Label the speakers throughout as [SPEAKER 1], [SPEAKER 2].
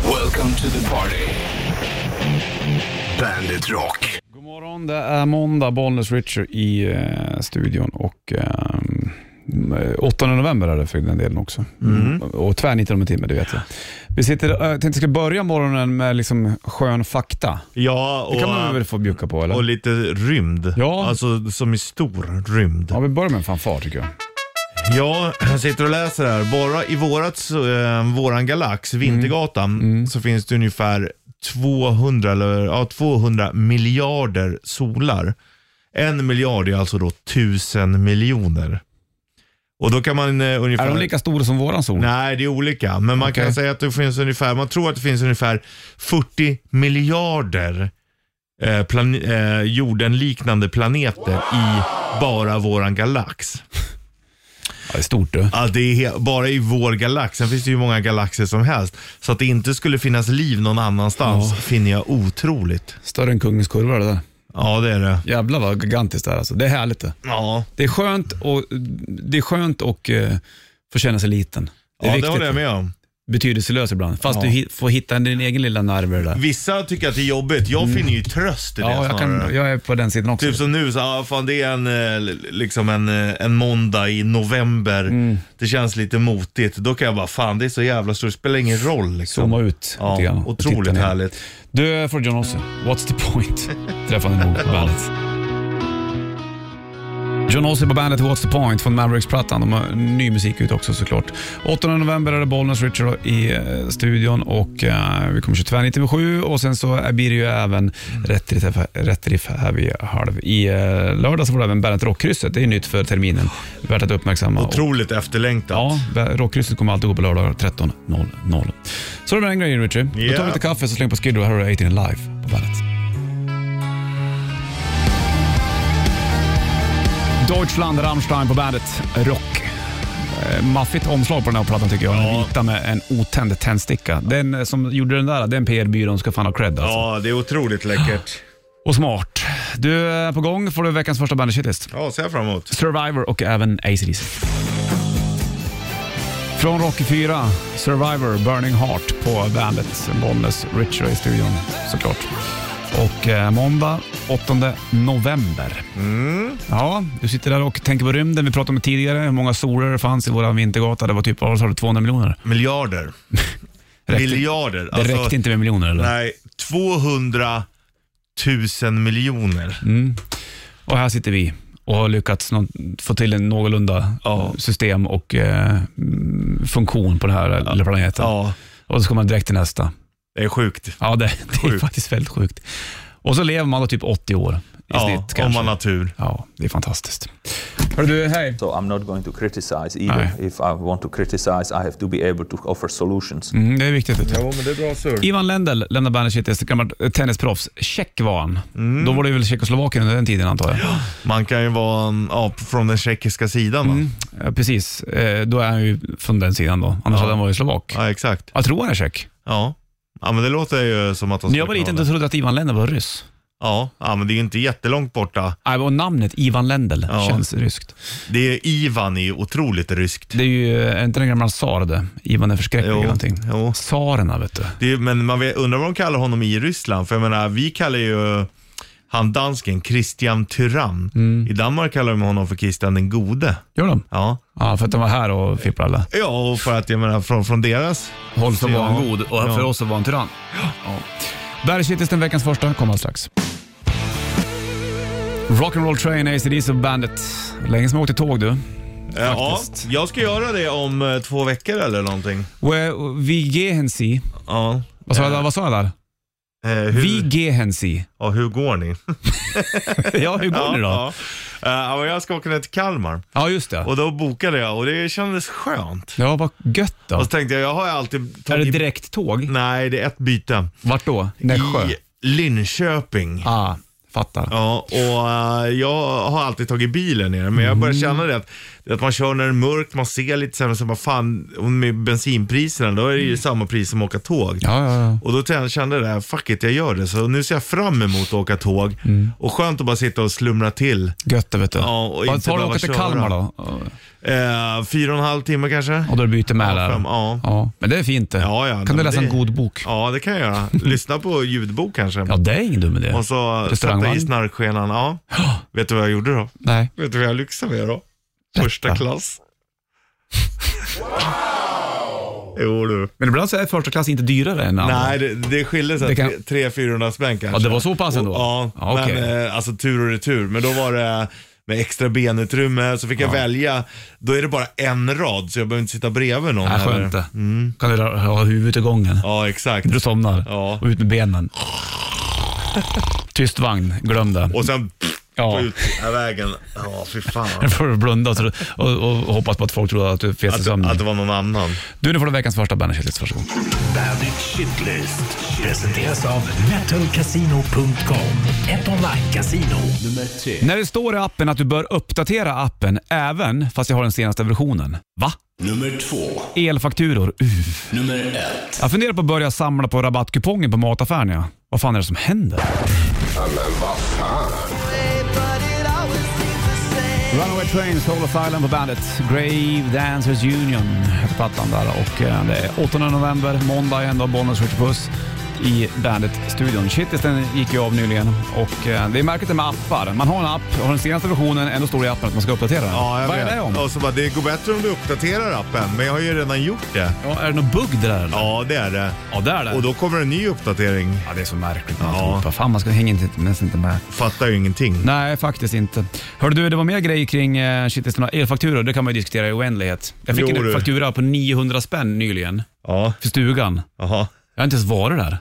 [SPEAKER 1] Welcome to the party. Bandit Rock.
[SPEAKER 2] God morgon, det är måndag. Bollnäs Richard i eh, studion och eh, 8 november är det för den delen också.
[SPEAKER 3] Mm.
[SPEAKER 2] Och tvärnitar om en timme, det vet jag. Vi sitter, eh, tänkte jag ska börja morgonen med liksom skön fakta.
[SPEAKER 3] Ja,
[SPEAKER 2] Det kan man
[SPEAKER 3] och,
[SPEAKER 2] väl få bjucka på
[SPEAKER 3] och
[SPEAKER 2] eller?
[SPEAKER 3] lite rymd.
[SPEAKER 2] Ja.
[SPEAKER 3] Alltså som i stor rymd.
[SPEAKER 2] Ja,
[SPEAKER 3] Ja,
[SPEAKER 2] vi börjar med en fanfar tycker jag.
[SPEAKER 3] jag sitter och läser här. Bara i vårat, eh, våran galax,
[SPEAKER 2] Mm.
[SPEAKER 3] Vintergatan, så finns det ungefär 200, eller, ja, 200 miljarder solar. En miljard är alltså då tusen miljoner. Och då kan man eh, ungefär...
[SPEAKER 2] Är de lika stora som våran sol?
[SPEAKER 3] Nej, det är olika. Men man
[SPEAKER 2] Okej.
[SPEAKER 3] kan säga att det finns ungefär, man tror att det finns ungefär 40 miljarder eh, plan, eh, jordenliknande planeter i bara våran galax.
[SPEAKER 2] Ja, det är stort du.
[SPEAKER 3] Ja, det är he- bara i vår galax. Sen finns det ju hur många galaxer som helst. Så att det inte skulle finnas liv någon annanstans finner jag otroligt.
[SPEAKER 2] Större än Kungens kurva det där.
[SPEAKER 3] Ja, det är det.
[SPEAKER 2] Jävlar vad gigantiskt det är alltså. Det är härligt det.
[SPEAKER 3] Ja,
[SPEAKER 2] Det är skönt och, det är skönt och eh, få känna sig liten. Det
[SPEAKER 3] det,
[SPEAKER 2] är
[SPEAKER 3] ja, det
[SPEAKER 2] viktigt.
[SPEAKER 3] håller jag med om.
[SPEAKER 2] Betydelselös ibland. Fast
[SPEAKER 3] Ja.
[SPEAKER 2] du hi- får hitta din egen lilla nerv i det där.
[SPEAKER 3] Vissa tycker att det är jobbigt. Jag finner ju tröst i det
[SPEAKER 2] Mm. Ja, jag,
[SPEAKER 3] snarare.
[SPEAKER 2] kan, jag är på den sidan också.
[SPEAKER 3] Typ som nu, så, ah, fan, det är en, eh, li- liksom en, eh, en måndag i november.
[SPEAKER 2] Mm.
[SPEAKER 3] Det känns lite motigt. Då kan jag bara, fan det är så jävla stort, det spelar ingen roll. Liksom.
[SPEAKER 2] Zooma ut
[SPEAKER 3] Ja,
[SPEAKER 2] lite grann. och titta
[SPEAKER 3] otroligt
[SPEAKER 2] ner.
[SPEAKER 3] härligt.
[SPEAKER 2] Du, från John Ossie, What's the point? Träffande nog bandet. John Ossie på bandet What's the point från Mavericks-plattan. De har ny musik ut också såklart. 8 november är det Bollnäs Richard i eh, studion och eh, vi kommer 22 över 7 och sen så är- blir det ju även rätt riff, rätt riff här vid halv. I eh, lördag så var det även Bandet Rockkrysset. Det är nytt för terminen. Värt att uppmärksamma. Och-
[SPEAKER 3] Otroligt efterlängtat.
[SPEAKER 2] Ja, rockkrysset kommer alltid gå på lördagar 13.00. Så det var den grejen Richie. Då tar
[SPEAKER 3] Yeah.
[SPEAKER 2] vi lite kaffe så slänger vi på Skid Row. Här har du 18 Live på bandet. Deutschland, Rammstein på bandet. Rock. Eh, Maffigt omslag på den här plattan tycker jag. Den
[SPEAKER 3] Ja.
[SPEAKER 2] vita med en otänd tändsticka. Den eh, som gjorde den där, den PR-byrån ska fan ha cred alltså.
[SPEAKER 3] Ja, det är otroligt läckert.
[SPEAKER 2] Och smart. Du, eh, på gång får du veckans första bandet shitlist.
[SPEAKER 3] Ja, ser jag fram emot.
[SPEAKER 2] Survivor och även ACDC. Från Rocky 4, Survivor, Burning Heart på bandet. Bollnäs, Richard i studion såklart. Och eh, måndag 8 november.
[SPEAKER 3] Mm.
[SPEAKER 2] Ja, du sitter där och tänker på rymden. Vi pratade om tidigare hur många soler det fanns i vår vintergata. Det var typ vad sa du, 200 miljoner.
[SPEAKER 3] Miljarder.
[SPEAKER 2] Räckte-
[SPEAKER 3] Miljarder.
[SPEAKER 2] Det räckte inte med miljoner eller?
[SPEAKER 3] Alltså, Nej, 200 000 miljoner.
[SPEAKER 2] Mm. Och här sitter vi och har lyckats nå- få till en någorlunda
[SPEAKER 3] Ja.
[SPEAKER 2] system och eh, mm, funktion på den här lilla planeten.
[SPEAKER 3] Ja,
[SPEAKER 2] Och så kommer man direkt till nästa.
[SPEAKER 3] det är sjukt. I
[SPEAKER 2] Ja, det, det är
[SPEAKER 3] Sjukt.
[SPEAKER 2] faktiskt väldigt sjukt. Och så lever man då typ 80 år i
[SPEAKER 3] ja,
[SPEAKER 2] snitt
[SPEAKER 3] om
[SPEAKER 2] kanske.
[SPEAKER 3] man har tur.
[SPEAKER 2] Ja, det är fantastiskt. Hör du, hej.
[SPEAKER 4] So I'm not going to criticize either.
[SPEAKER 2] Aye.
[SPEAKER 4] If I want to criticize, I have to be able to offer solutions.
[SPEAKER 2] Mm, det är viktigt. vet du.
[SPEAKER 3] men det är bra surr.
[SPEAKER 2] Ivan Lendl lämnar bandet Shitlist, gammalt eh, tennisproffs. Tjeck var han.
[SPEAKER 3] Mm.
[SPEAKER 2] Då var det väl Tjeckoslovakien under den tiden antar jag.
[SPEAKER 3] Man kan ju vara mm, ja, från den tjeckiska sidan.
[SPEAKER 2] Mm.
[SPEAKER 3] va?
[SPEAKER 2] Ja, precis, Eh, då är han ju från den sidan då. Annars hade han varit slovak.
[SPEAKER 3] Ja, exakt.
[SPEAKER 2] Jag tror han är tjeck.
[SPEAKER 3] Ja. ja, men det låter ju som att han
[SPEAKER 2] När jag var
[SPEAKER 3] skulle
[SPEAKER 2] liten
[SPEAKER 3] kunna
[SPEAKER 2] trodde jag att Ivan Lendl var ryss.
[SPEAKER 3] det. ja. ja, men det är ju inte jättelångt borta.
[SPEAKER 2] Nej, Och namnet Ivan Lendl
[SPEAKER 3] Ja.
[SPEAKER 2] känns ryskt.
[SPEAKER 3] Det är, Ivan är ju otroligt ryskt.
[SPEAKER 2] Det är ju, eh, är inte den gamla tsar det? Ivan den förskräcklige
[SPEAKER 3] Jo,
[SPEAKER 2] eller någonting.
[SPEAKER 3] jo.
[SPEAKER 2] Tsarerna vet du.
[SPEAKER 3] Det är, men man vet, undrar vad de kallar honom i Ryssland. För jag menar, vi kallar ju han dansken Christian Tyrann.
[SPEAKER 2] Mm.
[SPEAKER 3] I Danmark kallar de honom för Christian den gode.
[SPEAKER 2] Gör de?
[SPEAKER 3] Ja,
[SPEAKER 2] Ja, för att de var här och fipplade alla.
[SPEAKER 3] ja och för att jag menar från, från deras.
[SPEAKER 2] Håll så
[SPEAKER 3] Ja.
[SPEAKER 2] var han god och för
[SPEAKER 3] Ja.
[SPEAKER 2] oss så var han tyrann. Ja. Bergkittis den veckans första kommer alldeles strax. Rock'n'Roll Train, ACDC och Bandit. Länge som jag åkte tåg du.
[SPEAKER 3] Eh, Ja,
[SPEAKER 2] Faktiskt.
[SPEAKER 3] jag ska göra det om eh, två veckor eller någonting.
[SPEAKER 2] We- Vi gehensi.
[SPEAKER 3] Ja.
[SPEAKER 2] Vad sa, jag, där- vad sa jag där?
[SPEAKER 3] Eh, hur,
[SPEAKER 2] Vi gehensi.
[SPEAKER 3] ja, hur går ni?
[SPEAKER 2] Ja, hur går det då? Ja.
[SPEAKER 3] Ja, ja. Eh, ja, men jag ska åka ner till Kalmar.
[SPEAKER 2] just det.
[SPEAKER 3] Och då bokade jag och det kändes skönt.
[SPEAKER 2] Ja, vad gött då.
[SPEAKER 3] Och så tänkte jag, jag har ju alltid
[SPEAKER 2] Är
[SPEAKER 3] tagit...
[SPEAKER 2] det direkttåg?
[SPEAKER 3] Nej, det är ett byte.
[SPEAKER 2] Vart då? Nässjö?
[SPEAKER 3] I Linköping.
[SPEAKER 2] Ah, fattar.
[SPEAKER 3] Ja, och eh, jag har alltid tagit bilen ner, men jag börjar känna det att Det är att man kör när det är mörkt, man ser lite sämre, så bara fan, och med bensinpriserna, då är det ju samma pris som att åka tåg.
[SPEAKER 2] Ja, ja, ja.
[SPEAKER 3] Och då t- kände jag det här, fuck it, jag gör det. Så nu ser jag fram emot att åka tåg.
[SPEAKER 2] Mm.
[SPEAKER 3] Och skönt att bara sitta och slumra till.
[SPEAKER 2] Gött det vet du.
[SPEAKER 3] Ja, och
[SPEAKER 2] Vad
[SPEAKER 3] inte
[SPEAKER 2] tar det att
[SPEAKER 3] behöva
[SPEAKER 2] åka till
[SPEAKER 3] köra.
[SPEAKER 2] Kalmar då?
[SPEAKER 3] Eh, fyra och en halv timme kanske?
[SPEAKER 2] Och då byter med
[SPEAKER 3] Ja,
[SPEAKER 2] där?
[SPEAKER 3] fem, ja.
[SPEAKER 2] Men det är fint det.
[SPEAKER 3] Ja, ja,
[SPEAKER 2] kan
[SPEAKER 3] men
[SPEAKER 2] du läsa
[SPEAKER 3] det-
[SPEAKER 2] en god bok?
[SPEAKER 3] Ja, det kan jag göra. Lyssna på ljudbok kanske.
[SPEAKER 2] Ja, det är ingen dum idé.
[SPEAKER 3] Och så sätta
[SPEAKER 2] Restaurangvagn?
[SPEAKER 3] i snarkskenan. Ja.
[SPEAKER 2] Ja.
[SPEAKER 3] Vet du vad jag gjorde då?
[SPEAKER 2] Nej.
[SPEAKER 3] Vet du vad jag lyxade med då? Första klass. Jo du.
[SPEAKER 2] Men ibland så är första klass inte dyrare än andra.
[SPEAKER 3] Nej, det, det skiljer
[SPEAKER 2] Det
[SPEAKER 3] sig
[SPEAKER 2] kan-
[SPEAKER 3] 300-400 spänn kanske.
[SPEAKER 2] Ja, det var så pass ändå?
[SPEAKER 3] Och- Ja,
[SPEAKER 2] Ja, okej.
[SPEAKER 3] men eh, alltså tur och retur. Men då var det med extra benutrymme, så fick jag välja. Då är det bara en rad, så jag behöver inte sitta bredvid någon.
[SPEAKER 2] Nej,
[SPEAKER 3] heller.
[SPEAKER 2] skönt det. Kan du ha ha huvudet i gången.
[SPEAKER 3] Mm. Ja, exakt.
[SPEAKER 2] Du somnar.
[SPEAKER 3] Ja.
[SPEAKER 2] Och ut med benen. Tyst vagn, glöm det.
[SPEAKER 3] Och sen
[SPEAKER 2] Ja.
[SPEAKER 3] ut av vägen. Ja, fy fan.
[SPEAKER 2] Nu får du blunda så du, och, och hoppas på att folk tror att du fes i
[SPEAKER 3] Att, att det
[SPEAKER 2] sömnen.
[SPEAKER 3] var någon annan.
[SPEAKER 2] Du, nu får du veckans första Bandet Shitlist. Varsågod.
[SPEAKER 1] Bandit Shitlist presenteras av metalcasino.com. Ett online-casino. Nummer tre.
[SPEAKER 2] När det står i appen att du bör uppdatera appen även fast jag har den senaste versionen. Va?
[SPEAKER 1] Nummer två.
[SPEAKER 2] Elfakturor. Uh.
[SPEAKER 1] Nummer ett.
[SPEAKER 2] Jag funderar på att börja samla på rabattkupongen på mataffären. Ja. Vad fan är det som händer? Runaway Trains, Soul Asylum på bandet. Grave Dancers Union heter plattan där. Och eh, det är 8 november, måndag igen då, Bollnäs skjuter puss i Bandet-studion. Shitlisten gick ju av nyligen och eh, det är märkligt det med appar. Man har en app, har den senaste versionen, ändå står det i appen att man ska uppdatera den.
[SPEAKER 3] Ja, jag
[SPEAKER 2] Vad
[SPEAKER 3] vet.
[SPEAKER 2] är det om?
[SPEAKER 3] Och så bara, det går bättre om du uppdaterar appen, men jag har ju redan gjort det.
[SPEAKER 2] Ja, är det någon bugg det där eller?
[SPEAKER 3] Ja, det är det.
[SPEAKER 2] ja det är det.
[SPEAKER 3] Och då kommer en ny uppdatering.
[SPEAKER 2] Ja, det är så märkligt med
[SPEAKER 3] Ja.
[SPEAKER 2] alltihopa. Fan, man ska hänga inte, nästan inte med.
[SPEAKER 3] Fattar ju ingenting.
[SPEAKER 2] Nej, faktiskt inte. Hörde du, det var mer grejer kring eh, shitlisten och elfakturor. Det kan man ju diskutera i oändlighet. Jag fick
[SPEAKER 3] Jo,
[SPEAKER 2] en
[SPEAKER 3] du.
[SPEAKER 2] faktura på 900 spänn nyligen
[SPEAKER 3] Ja,
[SPEAKER 2] för stugan.
[SPEAKER 3] jaha.
[SPEAKER 2] Jag har inte ens varit där.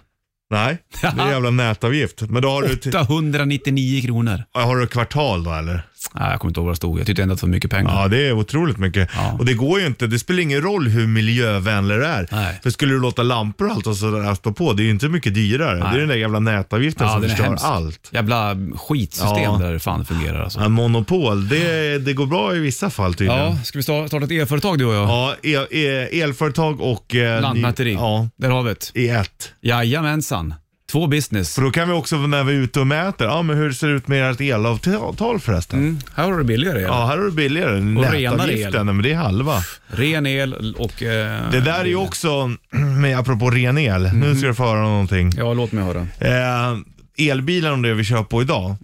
[SPEAKER 3] Nej, det är en jävla nätavgift. Men då har du, till,
[SPEAKER 2] 899 kronor.
[SPEAKER 3] har du kvartal då eller?
[SPEAKER 2] Nej, jag kommer inte ihåg vad det stod. Jag tyckte ändå att det var mycket pengar.
[SPEAKER 3] Ja, det är otroligt mycket.
[SPEAKER 2] Ja.
[SPEAKER 3] Och det går ju inte, det spelar ingen roll hur miljövänlig det är.
[SPEAKER 2] Nej.
[SPEAKER 3] För skulle du låta lampor och allt och sådär stå på, det är ju inte mycket dyrare. Det är den där jävla nätavgiften som
[SPEAKER 2] den är
[SPEAKER 3] förstör
[SPEAKER 2] hemsk.
[SPEAKER 3] allt.
[SPEAKER 2] Jävla skitsystem
[SPEAKER 3] Ja.
[SPEAKER 2] där det fan fungerar alltså.
[SPEAKER 3] Ja, monopol, det, det går bra i vissa fall tydligen.
[SPEAKER 2] Ja, ska vi sta- starta ett elföretag du och jag?
[SPEAKER 3] Ja, el, el, elföretag och... Eh, ny-
[SPEAKER 2] Lantmäteri.
[SPEAKER 3] Ja,
[SPEAKER 2] Där har vi det.
[SPEAKER 3] i ett.
[SPEAKER 2] Jajamensan. Två business.
[SPEAKER 3] För då kan vi också när vi är ute och mäter, ja men hur ser det ut med ert elavtal förresten?
[SPEAKER 2] Mm, här har du det billigare el.
[SPEAKER 3] Ja, här har du billigare.
[SPEAKER 2] renare el.
[SPEAKER 3] Nätavgiften, men det är halva.
[SPEAKER 2] Ren el och... Eh,
[SPEAKER 3] Det där är ju också, med apropå ren el, nu ska du få höra någonting.
[SPEAKER 2] Mm. Ja, Mm. låt mig höra.
[SPEAKER 3] Eh, elbilar om det vi kör på idag,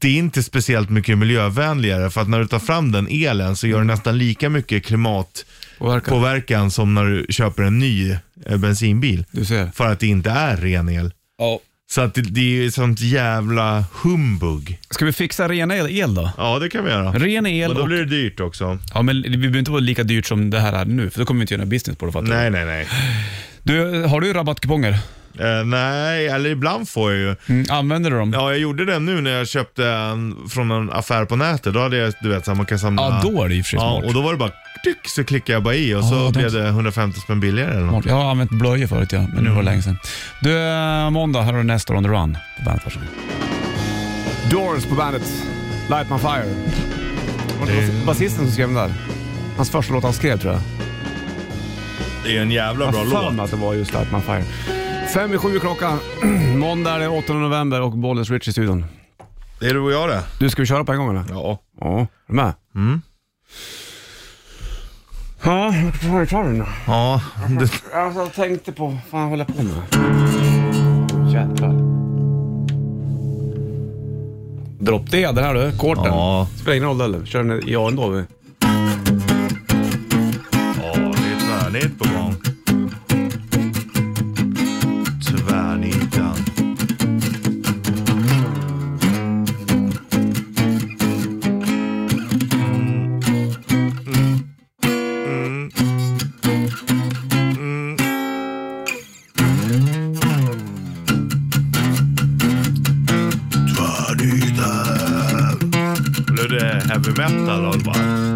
[SPEAKER 3] det är inte speciellt mycket miljövänligare för att när du tar fram den elen så gör det nästan lika mycket klimatpåverkan
[SPEAKER 2] Påverkan.
[SPEAKER 3] som när du köper en ny eh, bensinbil.
[SPEAKER 2] Du ser.
[SPEAKER 3] För att det inte är ren el.
[SPEAKER 2] Ja.
[SPEAKER 3] Så att det, det är ju sånt jävla humbug.
[SPEAKER 2] Ska vi fixa ren el, el då?
[SPEAKER 3] Ja, det kan vi göra.
[SPEAKER 2] Ren el
[SPEAKER 3] Men då
[SPEAKER 2] och...
[SPEAKER 3] blir det dyrt också.
[SPEAKER 2] Ja, men det behöver inte vara lika dyrt som det här är nu, för då kommer vi inte göra business på det. Fattar
[SPEAKER 3] Nej, nej, nej.
[SPEAKER 2] du? du, har du rabattkuponger?
[SPEAKER 3] Eh, nej, eller ibland får jag ju.
[SPEAKER 2] Mm, använder du dem?
[SPEAKER 3] Ja, jag gjorde det nu när jag köpte en, från en affär på nätet. Då hade jag, du vet, så här, man kan samla.
[SPEAKER 2] Ja, då är det ju för sig
[SPEAKER 3] Ja,
[SPEAKER 2] smart.
[SPEAKER 3] och då var det bara klick så klickade jag bara i och så
[SPEAKER 2] Ja, det-
[SPEAKER 3] blev det 150 spänn billigare eller något.
[SPEAKER 2] Smart. Jag har använt blöjor förut, ja, men nu var det länge sedan. Du, eh, måndag, här har du Nestor on the run på bandet. Varsågod. Doors på bandet. Light my fire. Var det bas- basisten som skrev den där? Hans första låt han skrev tror jag.
[SPEAKER 3] Det är en jävla bra
[SPEAKER 2] Jag har för mig
[SPEAKER 3] låt.
[SPEAKER 2] att det var just Light my fire. Fem i sju klockan. Måndag det är 8 november och Bollens Rich i studion.
[SPEAKER 3] Det är du och jag det.
[SPEAKER 2] Du, ska vi köra på en gång eller?
[SPEAKER 3] Ja.
[SPEAKER 2] Ja, är du med? Mm. Ja, vart var jag klar nu?
[SPEAKER 3] Ja, det,
[SPEAKER 2] Alltså, jag tänkte på, vad fan håller jag på med? Jävlar. Dropp D, det här du. Korten.
[SPEAKER 3] Ja.
[SPEAKER 2] Spelar ingen roll eller? Kör den i A ändå. vi.
[SPEAKER 3] ja, det är tvärnit på gång. Tvärnitan. Blev det heavy metal och bara...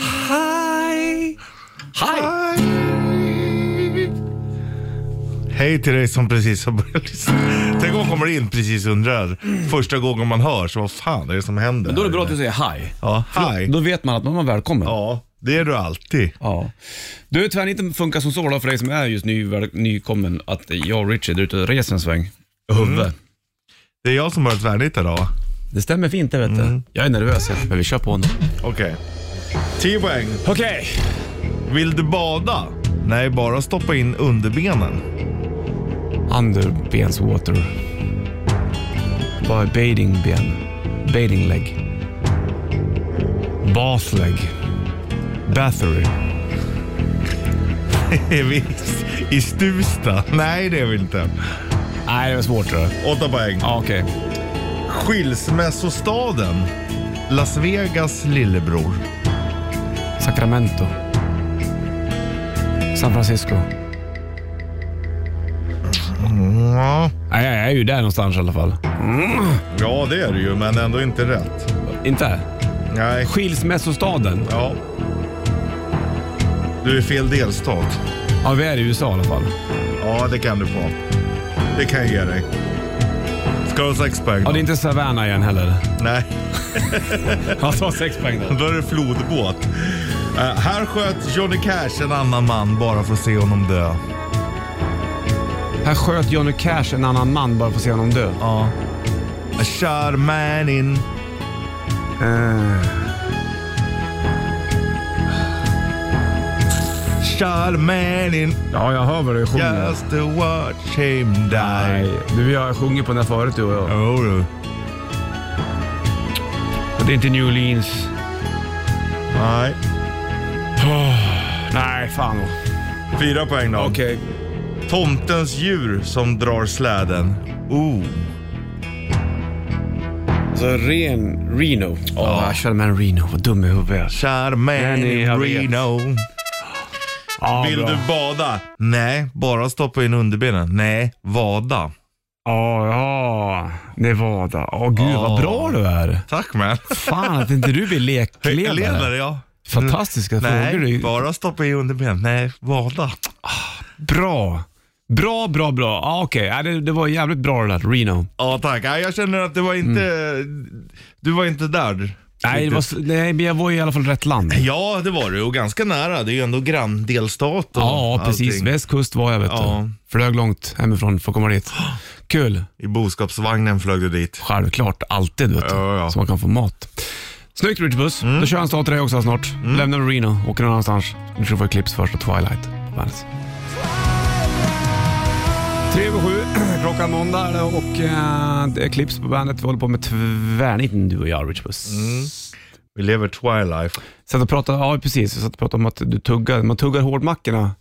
[SPEAKER 2] Ha,
[SPEAKER 3] Säg till dig som precis har börjat lyssna. Tänk om hon kommer in precis undrar. Första gången man hör, så vad fan är det som händer?
[SPEAKER 2] Men då är det bra att du säger hi.
[SPEAKER 3] Ja, hi.
[SPEAKER 2] Då vet man att man är välkommen.
[SPEAKER 3] Ja, det är du alltid.
[SPEAKER 2] Ja. Du, tvärniten funkar som så då för dig som är just ny, väl- nykommen, att jag och Richard är ute och reser en sväng. Huvud.
[SPEAKER 3] Det är jag som har tvärnit idag.
[SPEAKER 2] Mm. Det stämmer fint det vet du. Mm. Jag är nervös, men vi kör på nu.
[SPEAKER 3] Okej. 10 poäng.
[SPEAKER 2] Okej.
[SPEAKER 3] Vill du bada? Nej, bara stoppa in underbenen.
[SPEAKER 2] Underbenswater. Vad är bathing ben? Bathing leg. Bath leg. Bathory.
[SPEAKER 3] Är vi i Stuvsta? Nej, det är vi inte.
[SPEAKER 2] Nej, det var svårt tror jag.
[SPEAKER 3] 8 poäng.
[SPEAKER 2] Ja, okej.
[SPEAKER 3] Skilsmässostaden. Las Vegas lillebror.
[SPEAKER 2] Sacramento. San Francisco.
[SPEAKER 3] Ja.
[SPEAKER 2] Nej, jag är ju där någonstans i alla fall.
[SPEAKER 3] ja, det är det ju, men ändå inte rätt.
[SPEAKER 2] Inte?
[SPEAKER 3] Nej.
[SPEAKER 2] Skilsmässostaden.
[SPEAKER 3] Ja. Du är fel delstat.
[SPEAKER 2] Ja, vi är i USA i alla fall.
[SPEAKER 3] Ja, det kan du få. Det kan jag ge dig. Ska du ha sex poäng?
[SPEAKER 2] Ja, det är inte Savannah igen heller.
[SPEAKER 3] Nej,
[SPEAKER 2] Han sa sex poäng då.
[SPEAKER 3] då är det flodbåt. Eh, här sköt Johnny Cash en annan man bara för att se honom dö.
[SPEAKER 2] Här sköt Johnny Cash en annan man bara för att se honom dö.
[SPEAKER 3] Ja. A shot a man in.
[SPEAKER 2] Eh.
[SPEAKER 3] Shot a man in
[SPEAKER 2] Ja, jag hör vad du sjunger.
[SPEAKER 3] just to watch him die.
[SPEAKER 2] Nej, du vi har sjungit på den här förut du och jag.
[SPEAKER 3] Jo du.
[SPEAKER 2] Det är inte New Orleans.
[SPEAKER 3] Nej.
[SPEAKER 2] Nej, fan.
[SPEAKER 3] Fyra poäng då.
[SPEAKER 2] Okej.
[SPEAKER 3] Tomtens djur som drar släden. Oh.
[SPEAKER 2] Så ren Reno. Ja, jag körde med en Reno. Vad dum i huvudet
[SPEAKER 3] Shot a man
[SPEAKER 2] Den är-
[SPEAKER 3] in
[SPEAKER 2] jag vet.
[SPEAKER 3] Reno.
[SPEAKER 2] ja,
[SPEAKER 3] Vill du bada? Nej, bara stoppa in underbenen. Nej, vada.
[SPEAKER 2] Ja, ja. Nevada. Åh gud,
[SPEAKER 3] Ja.
[SPEAKER 2] vad bra du är.
[SPEAKER 3] Tack man.
[SPEAKER 2] Fan att inte du blir lekledare. Mm.
[SPEAKER 3] Ledare ja.
[SPEAKER 2] Fantastiska
[SPEAKER 3] Nej,
[SPEAKER 2] frågor. Du.
[SPEAKER 3] bara stoppa i underbenen. Nej, vada.
[SPEAKER 2] Bra. Bra, bra, bra. Ja, Okej, ja, det, det var jävligt bra det där. Reno.
[SPEAKER 3] Ja tack. Nej, Jag känner att det var inte... Du var inte där.
[SPEAKER 2] Mm. Nej, det var, s- nej, men jag var ju i alla fall rätt land.
[SPEAKER 3] Ja, det var du och ganska nära. Det är ju ändå granndelstat och
[SPEAKER 2] Ja, precis.
[SPEAKER 3] allting.
[SPEAKER 2] Västkust var jag vet du.
[SPEAKER 3] Ja.
[SPEAKER 2] Flög långt hemifrån för att komma dit. Kul.
[SPEAKER 3] I boskapsvagnen flög du dit.
[SPEAKER 2] Självklart, alltid vet du.
[SPEAKER 3] Ja, ja. Mm.
[SPEAKER 2] Så man kan få mat. Snyggt Richard Puss. Då kör jag en start till dig också snart. Lämnar du Reno, åker någon annanstans. Nu ska du få Eclipse först och Twilight på bandet. Tre över sju, klockan måndag är det och eh, det är Eclipse på bandet. Vi håller på med tvärniten du och jag Richard Puss.
[SPEAKER 3] Mm. Vi lever twilife.
[SPEAKER 2] Satt och pratade, ja precis, jag satt och pratade om att du tuggar, man tuggar hårdmackorna.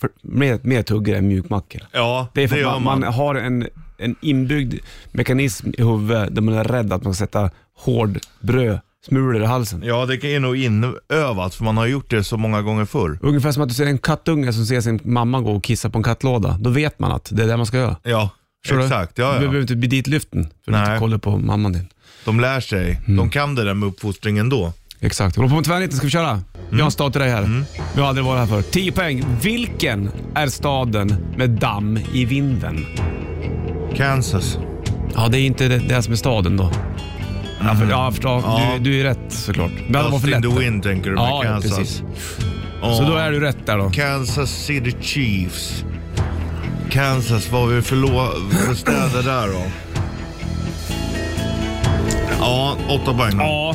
[SPEAKER 2] För, mer, mer tuggar än mjukmackor.
[SPEAKER 3] Ja,
[SPEAKER 2] Det är för att
[SPEAKER 3] gör
[SPEAKER 2] man, man har en, en inbyggd mekanism i huvudet där man är rädd att man ska sätta hård brödsmulor i halsen.
[SPEAKER 3] Ja, det är nog inövat för man har gjort det så många gånger förr.
[SPEAKER 2] Ungefär som att du ser en kattunge som ser sin mamma gå och kissa på en kattlåda. Då vet man att det är det man ska göra.
[SPEAKER 3] Ja,
[SPEAKER 2] Förstår du?
[SPEAKER 3] exakt.
[SPEAKER 2] Du
[SPEAKER 3] Ja,
[SPEAKER 2] behöver
[SPEAKER 3] ja.
[SPEAKER 2] inte bli ditlyften för att
[SPEAKER 3] Nej.
[SPEAKER 2] du inte kollar på mamman din.
[SPEAKER 3] De lär sig.
[SPEAKER 2] Mm.
[SPEAKER 3] De kan det där med uppfostring ändå.
[SPEAKER 2] Exakt. Vi håller på med tvärniten, ska vi köra?
[SPEAKER 3] Mm.
[SPEAKER 2] Vi har en stad till dig här. Vi har aldrig varit här förr. 10 poäng. Vilken är staden med damm i vinden?
[SPEAKER 3] Kansas.
[SPEAKER 2] Ja, det är inte det, det som är staden då. Ja, för, ja, förstå,
[SPEAKER 3] Ja.
[SPEAKER 2] Du, du är rätt såklart. Men det var
[SPEAKER 3] Dust
[SPEAKER 2] för
[SPEAKER 3] in
[SPEAKER 2] lätt.
[SPEAKER 3] the wind tänker du med
[SPEAKER 2] Ja,
[SPEAKER 3] Kansas.
[SPEAKER 2] precis.
[SPEAKER 3] Ja.
[SPEAKER 2] alltså. Så då är du rätt där då.
[SPEAKER 3] Kansas City Chiefs. Kansas, vad har vi för, lo- för städer där då? Ja, åtta poäng.
[SPEAKER 2] Ja.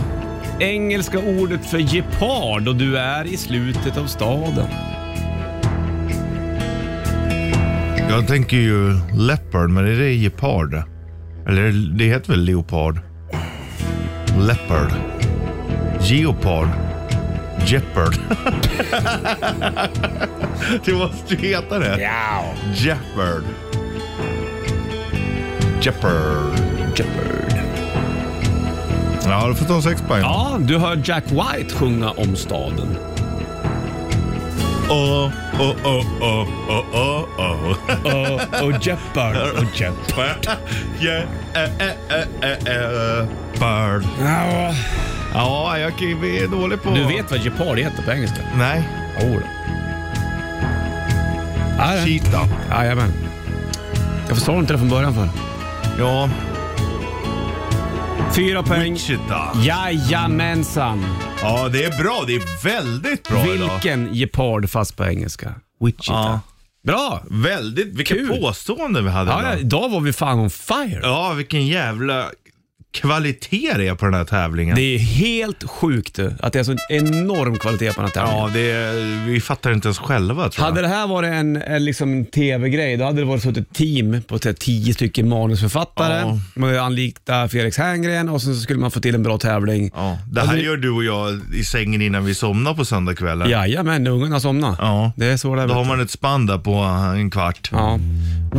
[SPEAKER 2] Engelska ordet för gepard och du är i slutet av staden.
[SPEAKER 3] Jag tänker ju leopard, men är det gepard? Eller det heter väl leopard? Leopard. Geopard. Jeopard. det måste ju heta det.
[SPEAKER 2] Ja.
[SPEAKER 3] Jeopard. Jeopard.
[SPEAKER 2] Jeopard.
[SPEAKER 3] Ja, du får ta sex poäng.
[SPEAKER 2] Ja, du hör Jack White sjunga om staden.
[SPEAKER 3] Oh, oh, oh, oh, oh, oh, oh.
[SPEAKER 2] Och, och Jeopard. Och Jeopard.
[SPEAKER 3] yeah, eh, eh, eh, eh, eh, bird. Ja, jag kan- vi är dåliga på...
[SPEAKER 2] Du vet vad gepard heter på engelska?
[SPEAKER 3] Nej.
[SPEAKER 2] Oh. Jodå.
[SPEAKER 3] Cheetah.
[SPEAKER 2] Jajamän. Jag förstår inte det från början för.
[SPEAKER 3] Ja,
[SPEAKER 2] Fyra poäng.
[SPEAKER 3] Wichita.
[SPEAKER 2] Jajamensan.
[SPEAKER 3] Ja, det är bra. Det är väldigt bra idag.
[SPEAKER 2] Vilken gepard fast på engelska? Wichita.
[SPEAKER 3] Ja.
[SPEAKER 2] Bra!
[SPEAKER 3] Väldigt, vilka
[SPEAKER 2] Kul.
[SPEAKER 3] påståenden vi hade
[SPEAKER 2] Ja, ja,
[SPEAKER 3] idag.
[SPEAKER 2] idag var vi fan on fire.
[SPEAKER 3] Ja, vilken jävla kvalitet det är på den här tävlingen.
[SPEAKER 2] Det är helt sjukt du, att det är så enorm kvalitet på den här tävlingen.
[SPEAKER 3] Ja, det är, vi fattar inte ens själva tror
[SPEAKER 2] Hade
[SPEAKER 3] jag.
[SPEAKER 2] det här varit en, en liksom tv-grej, då hade det varit suttit ett team på så här, tio stycken manusförfattare.
[SPEAKER 3] Ja.
[SPEAKER 2] Man hade anlitat Felix Herngren och sen så skulle man få till en bra tävling.
[SPEAKER 3] Ja, det här
[SPEAKER 2] Alltså,
[SPEAKER 3] gör du och jag i sängen innan vi somnar på söndagskvällen.
[SPEAKER 2] Jajamän, ungarna somnade.
[SPEAKER 3] Ja.
[SPEAKER 2] Det är så det är.
[SPEAKER 3] Då har
[SPEAKER 2] vet
[SPEAKER 3] man ett spann där på eh, en kvart.
[SPEAKER 2] du. Ja.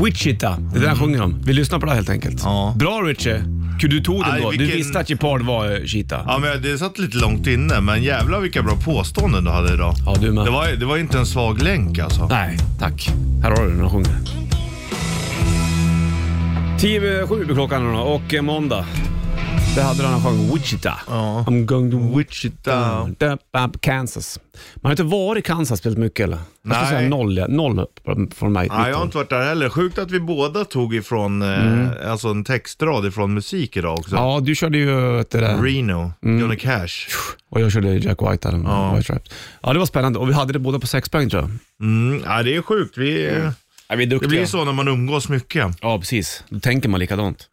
[SPEAKER 2] Wichita, det är det han sjunger om. Vi lyssnar på det här helt enkelt.
[SPEAKER 3] Ja.
[SPEAKER 2] Bra Richie. Du tog den
[SPEAKER 3] Aj,
[SPEAKER 2] då. Du
[SPEAKER 3] vilken-
[SPEAKER 2] visste att Gepard var eh, Cheetah.
[SPEAKER 3] Ja, men det satt lite långt inne, men jävlar vilka bra påståenden du hade idag.
[SPEAKER 2] Ja, du med.
[SPEAKER 3] Det var, det var inte en svag länk alltså.
[SPEAKER 2] Nej, tack. Här har du den och sjunger. 10 över eh, sju blir klockan då och eh, måndag. Det hade den här sjön Wichita.
[SPEAKER 3] Ja.
[SPEAKER 2] I'm going to
[SPEAKER 3] Wichita.
[SPEAKER 2] Wichita. Kansas. Man har inte varit i Kansas speciellt mycket eller? Jag skulle
[SPEAKER 3] Nej.
[SPEAKER 2] säga noll, ja. noll på- från mig.
[SPEAKER 3] Nej, jag har inte varit där heller. Sjukt att vi båda tog ifrån, eh, alltså en textrad ifrån musik idag också.
[SPEAKER 2] Mm. Ja, Mm. du körde ju vet du, det där.
[SPEAKER 3] Reno, Johnny Cash.
[SPEAKER 2] och jag körde Jack White eller
[SPEAKER 3] Ja.
[SPEAKER 2] White Stripes. Ja, det var spännande och vi hade det båda på sex poäng tror jag.
[SPEAKER 3] Mm, ja, det är sjukt. Vi,
[SPEAKER 2] Mm.
[SPEAKER 3] eh,
[SPEAKER 2] Ja, vi är
[SPEAKER 3] Det
[SPEAKER 2] duktiga.
[SPEAKER 3] blir så när man umgås mycket.
[SPEAKER 2] Ja, precis. Då tänker man likadant.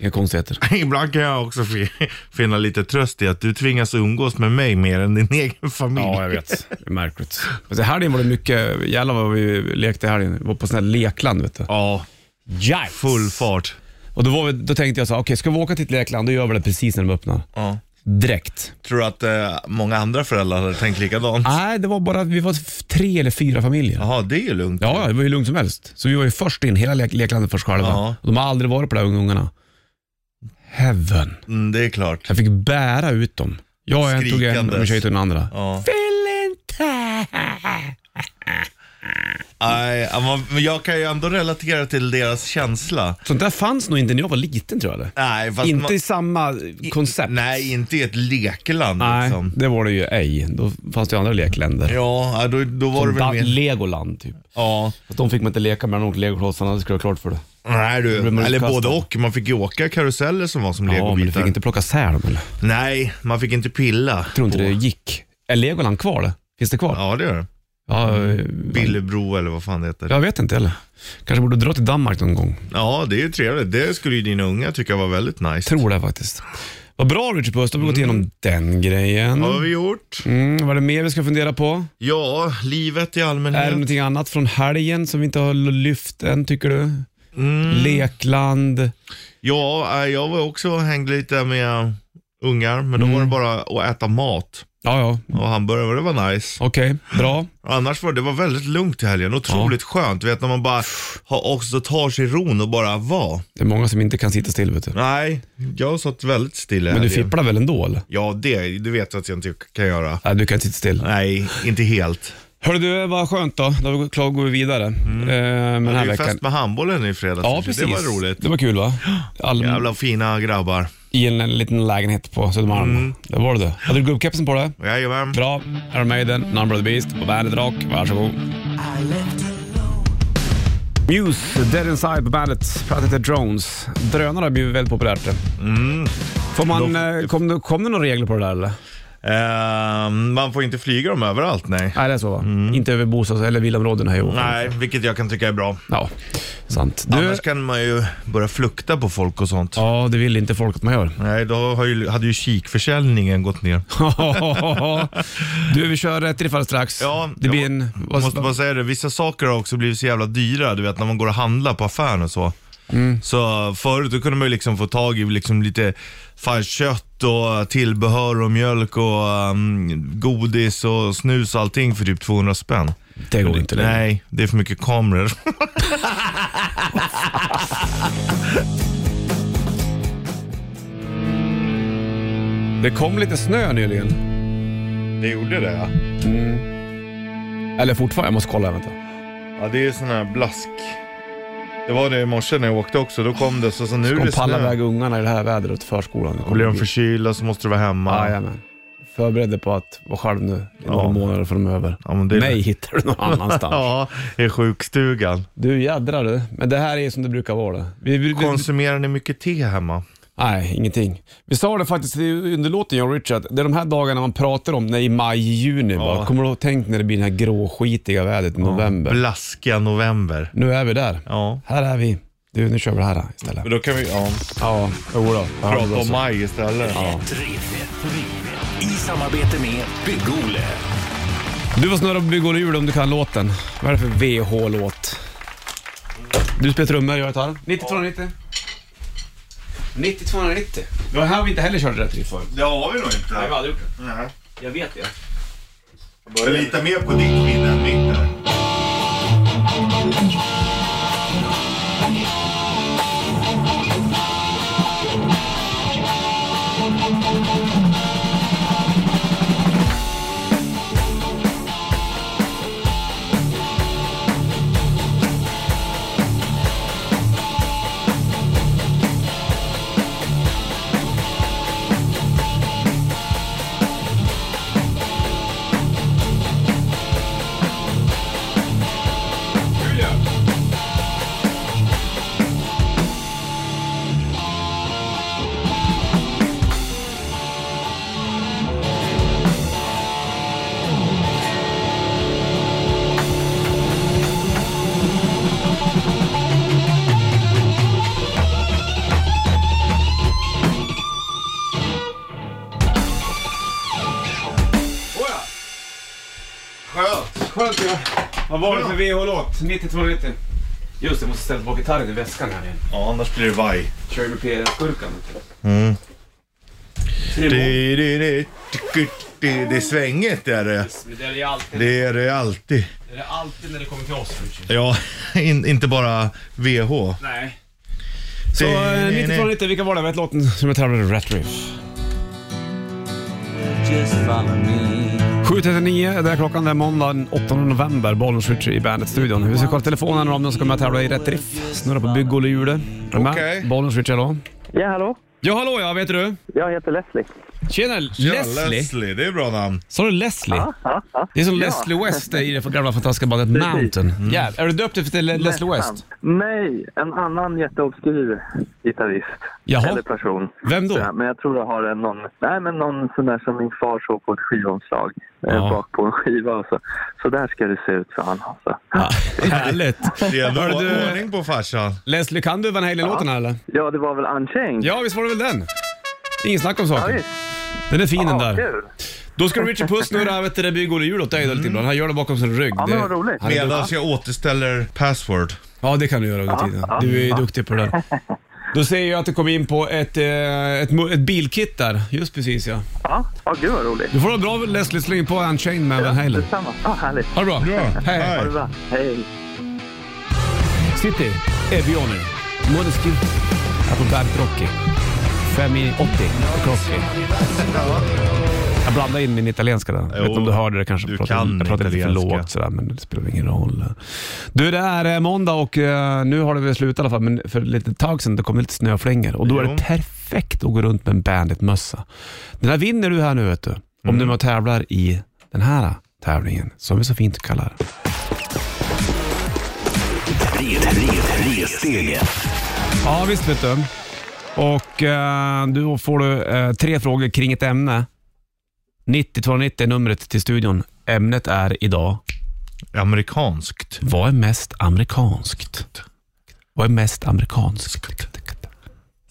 [SPEAKER 2] Inga konstigheter.
[SPEAKER 3] Ibland kan jag också fi- finna lite tröst i att du tvingas umgås med mig mer än din egen familj.
[SPEAKER 2] Ja, jag vet. Det är märkligt. Men så helgen var det mycket, jävlar vad vi lekte i helgen. Vi var på sån här lekland vet du.
[SPEAKER 3] Ja,
[SPEAKER 2] Yikes.
[SPEAKER 3] full fart.
[SPEAKER 2] Och då, var vi, då tänkte jag så här, okej ska vi åka till ett lekland, då gör vi det precis när de öppnar.
[SPEAKER 3] Ja.
[SPEAKER 2] Direkt.
[SPEAKER 3] Tror du att eh, många andra föräldrar hade tänkt likadant?
[SPEAKER 2] Nej, det var bara, vi var f- tre eller fyra familjer. Ja.
[SPEAKER 3] Jaha, det är ju lugnt.
[SPEAKER 2] Ja, det var ju lugnt som helst. Så vi var ju först in, hela lek- leklandet först själva.
[SPEAKER 3] Ja.
[SPEAKER 2] Och de har aldrig varit på de här ungarna. Heaven.
[SPEAKER 3] Mm, det är klart.
[SPEAKER 2] Jag fick bära ut dem. Jag en tog en och min
[SPEAKER 3] Skrikandes.
[SPEAKER 2] tjej tog den andra.
[SPEAKER 3] Ja.
[SPEAKER 2] Vill inte.
[SPEAKER 3] Nej, ja, man- men jag kan ju ändå relatera till deras känsla.
[SPEAKER 2] Sånt där fanns nog inte när jag var liten tror jag. Eller?
[SPEAKER 3] Nej, fast
[SPEAKER 2] inte
[SPEAKER 3] man,
[SPEAKER 2] i samma koncept.
[SPEAKER 3] nej inte i ett lekland
[SPEAKER 2] Nej,
[SPEAKER 3] liksom.
[SPEAKER 2] det var det ju ej. Då fanns det ju andra lekländer.
[SPEAKER 3] Ja, ja, då, då var det
[SPEAKER 2] Som
[SPEAKER 3] väl
[SPEAKER 2] da-
[SPEAKER 3] mer...
[SPEAKER 2] Legoland typ.
[SPEAKER 3] Ja.
[SPEAKER 2] Fast de fick man inte leka med, de åkte legoklossarna, det skulle vara klart för det.
[SPEAKER 3] Nej du,
[SPEAKER 2] blir man
[SPEAKER 3] eller
[SPEAKER 2] utkastad.
[SPEAKER 3] både och. Man fick ju åka karuseller som var som
[SPEAKER 2] Ja, men du
[SPEAKER 3] legobitar.
[SPEAKER 2] fick inte plocka sär dem eller?
[SPEAKER 3] Nej, man fick inte pilla.
[SPEAKER 2] Tror inte
[SPEAKER 3] på-
[SPEAKER 2] det gick. Är Legoland kvar det? Finns det kvar?
[SPEAKER 3] Ja, det gör det.
[SPEAKER 2] Ja, eh,
[SPEAKER 3] Billebro eller vad fan det heter. Ja.
[SPEAKER 2] jag vet inte heller. Kanske borde dra till Danmark någon gång.
[SPEAKER 3] det är ju trevligt. Det skulle ju dina unga tycka var väldigt nice.
[SPEAKER 2] Tror det faktiskt. Vad bra Richard Puss, då har vi gått
[SPEAKER 3] Mm.
[SPEAKER 2] igenom den grejen.
[SPEAKER 3] Vad har vi gjort?
[SPEAKER 2] Mm, vad är det mer vi ska fundera på?
[SPEAKER 3] Ja, livet i
[SPEAKER 2] Är det
[SPEAKER 3] allmänhet.
[SPEAKER 2] någonting annat från helgen som vi inte har lyft än tycker du?
[SPEAKER 3] Mm.
[SPEAKER 2] Lekland.
[SPEAKER 3] Ja, eh, jag var också och hängde lite med ungar, men då var
[SPEAKER 2] Mm.
[SPEAKER 3] det bara att äta mat
[SPEAKER 2] Ja, ja.
[SPEAKER 3] och hamburgare. Det var nice.
[SPEAKER 2] Okej, bra.
[SPEAKER 3] Annars var det var väldigt lugnt i helgen. Otroligt skönt. Du vet när man bara har, också tar sig ron och bara var.
[SPEAKER 2] Det är många som inte kan sitta still vet du.
[SPEAKER 3] Nej, jag satt väldigt still i
[SPEAKER 2] Men du
[SPEAKER 3] helgen.
[SPEAKER 2] fipplar väl ändå eller?
[SPEAKER 3] Ja, det, det vet jag att jag inte kan göra.
[SPEAKER 2] Nej, du kan inte sitta still.
[SPEAKER 3] Nej, inte helt.
[SPEAKER 2] Hörru du, vad skönt då. Då har vi klart går vi vidare. Mm. Eh, med den
[SPEAKER 3] Det är
[SPEAKER 2] här
[SPEAKER 3] ju
[SPEAKER 2] veckan.
[SPEAKER 3] fest med handbollen i fredags.
[SPEAKER 2] Ja,
[SPEAKER 3] Så
[SPEAKER 2] precis. Mm.
[SPEAKER 3] Det var roligt.
[SPEAKER 2] Det var kul va? All,
[SPEAKER 3] Jävla fina grabbar.
[SPEAKER 2] I en liten lägenhet på Södermalm.
[SPEAKER 3] Mm.
[SPEAKER 2] Det var det. Hade du gubbkepsen på dig?
[SPEAKER 3] Jajamän.
[SPEAKER 2] Bra. Iron Maiden, Number of the Beast på bandet Rock. Varsågod. Muse, Dead Inside på bandet. Pratar heter Drones. Drönare har blivit väldigt populärt. Mm. Får man, eh, kom, det- kom det några regler på det där eller?
[SPEAKER 3] Ehm, man får inte flyga dem överallt, nej.
[SPEAKER 2] Nej, det är så va? Inte över bostads eller villaområden här i år.
[SPEAKER 3] Mm. Nej, vilket jag kan tycka är bra.
[SPEAKER 2] Ja, sant. Du,
[SPEAKER 3] Annars kan man ju börja flukta på folk och sånt.
[SPEAKER 2] Ja, det vill inte folk att man gör.
[SPEAKER 3] Nej, då har ju, hade ju kikförsäljningen gått ner.
[SPEAKER 2] du, vi kör rätt i det fallet strax.
[SPEAKER 3] Ja,
[SPEAKER 2] det blir
[SPEAKER 3] jag
[SPEAKER 2] en... Vad,
[SPEAKER 3] måste bara säga det, vissa saker har också blivit så jävla dyra, du vet när man går och handlar på affären och så.
[SPEAKER 2] Mm.
[SPEAKER 3] Så förut då kunde man ju liksom få tag i liksom lite fan, kött och tillbehör och mjölk och um, godis och snus och allting för typ 200 spänn.
[SPEAKER 2] det går inte längre.
[SPEAKER 3] Nej, det är för mycket kameror.
[SPEAKER 2] Det kom lite snö nyligen.
[SPEAKER 3] Det gjorde det ja.
[SPEAKER 2] Eller fortfarande, jag måste kolla. Vänta.
[SPEAKER 3] Ja det är ju sån här blask. Det var det i morse när jag åkte också, då kom det så, så nu
[SPEAKER 2] Kom palla iväg ungarna i det här vädret till förskolan.
[SPEAKER 3] Blir de förkylda så måste du vara hemma.
[SPEAKER 2] Jajamän. förberedd dig på att vara själv nu i några
[SPEAKER 3] Ja.
[SPEAKER 2] månader framöver.
[SPEAKER 3] Ja, men det är-
[SPEAKER 2] Mig hittar du någon annanstans.
[SPEAKER 3] Ja, i sjukstugan.
[SPEAKER 2] Du jädrar du. Men det här är som det brukar vara. det. Vi, vi, vi,
[SPEAKER 3] Konsumerar ni mycket te hemma?
[SPEAKER 2] Nej, ingenting. Vi sa det faktiskt i under låten, jag och Richard. Det är de här dagarna man pratar om när i maj, juni. Bara. Kommer du ihåg, tänk när det blir det här gråskitiga vädret i november.
[SPEAKER 3] Blaskiga november.
[SPEAKER 2] Nu är vi där.
[SPEAKER 3] Ja.
[SPEAKER 2] Här är vi. Du, nu kör vi det här istället.
[SPEAKER 3] Men då kan vi ja,
[SPEAKER 2] Ja, jodå. Ja, det
[SPEAKER 3] prata
[SPEAKER 2] var
[SPEAKER 3] om
[SPEAKER 2] så.
[SPEAKER 3] maj istället.
[SPEAKER 1] Ett riff i samarbete med Bygg-Ole.
[SPEAKER 2] Du får snurra på Bygg-Olle om du kan låten. Vad är det för VH-låt? Du spelar trummor, jag tar 90-290. 90-290. Det var här vi inte heller körde rätt riff förut.
[SPEAKER 3] Det har vi nog inte.
[SPEAKER 2] Nej, vi har aldrig gjort
[SPEAKER 3] Nej.
[SPEAKER 2] det. Jag vet det.
[SPEAKER 3] Jag litar mer på ditt minne än mitt. där.
[SPEAKER 2] Skönt. Skönt ja. Vad var det för VH-låt? 90-290. Just det, jag måste ställa tillbaka gitarren i väskan här igen.
[SPEAKER 3] Ja, annars blir det vaj.
[SPEAKER 2] Shirley P-skurkan. Mm.
[SPEAKER 3] Det, det, det, det, det är svänget det är det.
[SPEAKER 2] Det är ju alltid,
[SPEAKER 3] Det är det alltid.
[SPEAKER 2] det är alltid när det kommer till oss, Richard.
[SPEAKER 3] Ja, in, inte bara VH.
[SPEAKER 2] Nej.
[SPEAKER 3] Så,
[SPEAKER 2] eh,
[SPEAKER 3] eh,
[SPEAKER 2] vilka var det? Vet låten som jag tävlade Rat Riff?
[SPEAKER 4] Just follow me.
[SPEAKER 2] 7.39, det är klockan. Det är måndag 8 november. Bollnäs Richie i Bandet-studion. Vi ska kolla telefonen om någon som kommer att tävla i Rätt Riff. Snurra på bygg och hjulet. Är du
[SPEAKER 3] Okej.
[SPEAKER 2] med? Bollnäs Richie, hallå?
[SPEAKER 5] Ja, hallå?
[SPEAKER 2] Ja, hallå ja, vet du?
[SPEAKER 5] Jag heter Leslie.
[SPEAKER 2] Tjena,
[SPEAKER 3] Leslie.
[SPEAKER 2] Leslie.
[SPEAKER 3] Leslie, det är bra namn.
[SPEAKER 2] Sa du Leslie?
[SPEAKER 5] Ja, ja. Mm.
[SPEAKER 2] Det är som Leslie West i det gamla fantastiska bandet Mountain. Jävlar, är du döpt efter Le- Leslie West?
[SPEAKER 5] Nej, en annan jätteobskyr gitarrist.
[SPEAKER 2] Jaha,
[SPEAKER 5] Eller person.
[SPEAKER 2] vem då?
[SPEAKER 5] Ja, Men jag tror jag har en någon, nej men någon sån där som min far såg på ett skivomslag.
[SPEAKER 2] Ja.
[SPEAKER 5] Eh, bak på en skiva och så. Så där ska det se ut, sa han. Alltså.
[SPEAKER 2] Härligt.
[SPEAKER 3] Det är ändå
[SPEAKER 2] Hör du-
[SPEAKER 3] ordning på farsan.
[SPEAKER 2] Leslie, kan du Van Halen-låten här, eller?
[SPEAKER 5] Ja, det var väl Unchained?
[SPEAKER 2] Ja, visst var det väl den? Ingen snack om saken.
[SPEAKER 5] visst.
[SPEAKER 2] Den är fin den
[SPEAKER 5] Ja,
[SPEAKER 2] där.
[SPEAKER 5] kul.
[SPEAKER 2] Då ska Richard Puss snurra vet du, det bygg och hjul åt dig då lite ibland. Han gör det bakom sin rygg.
[SPEAKER 5] Ja, men vad
[SPEAKER 2] Det-
[SPEAKER 5] roligt.
[SPEAKER 2] han är
[SPEAKER 3] Medan
[SPEAKER 2] duktig.
[SPEAKER 3] jag återställer password.
[SPEAKER 2] Ja, det kan du göra under tiden. Du är ju duktig på det där. Då ser jag att du kom in på ett, eh, ett, mo- ett bilkit där. Just precis ja.
[SPEAKER 5] Ja, ja gud vad roligt.
[SPEAKER 2] Du får ha bra Leslie, släng på Unchained med Van Halen.
[SPEAKER 5] Detsamma. Ja, härligt.
[SPEAKER 2] Ha det bra.
[SPEAKER 3] Hej.
[SPEAKER 5] Ha det bra. Hej.
[SPEAKER 2] City, Evioni, Måneskin, här på Bad Rocky. Fem i 80, Crosby. Jag blandade in min italienska där. Jag vet inte om du hörde det kanske.
[SPEAKER 3] du
[SPEAKER 2] Jag pratade-
[SPEAKER 3] kan
[SPEAKER 2] jag pratade lite för
[SPEAKER 3] italienska.
[SPEAKER 2] lågt sådär, men det spelar ingen roll. Du, det är eh, måndag och eh, nu har det väl slutat i alla fall, men för lite tag sedan det kom lite snöflingor och då är
[SPEAKER 3] Jo.
[SPEAKER 2] det perfekt att gå runt med en Bandit-mössa. Den här vinner du här nu vet du, om
[SPEAKER 3] Mm.
[SPEAKER 2] du är med och tävlar i den här tävlingen som vi så fint kallar
[SPEAKER 1] Red, red, ressteget.
[SPEAKER 2] Ja, visst vet du. Och eh, då får du eh, tre frågor kring ett ämne. 90-290 är numret till studion. Ämnet är idag,
[SPEAKER 3] Amerikanskt.
[SPEAKER 2] vad är mest amerikanskt? Vad är mest amerikanskt?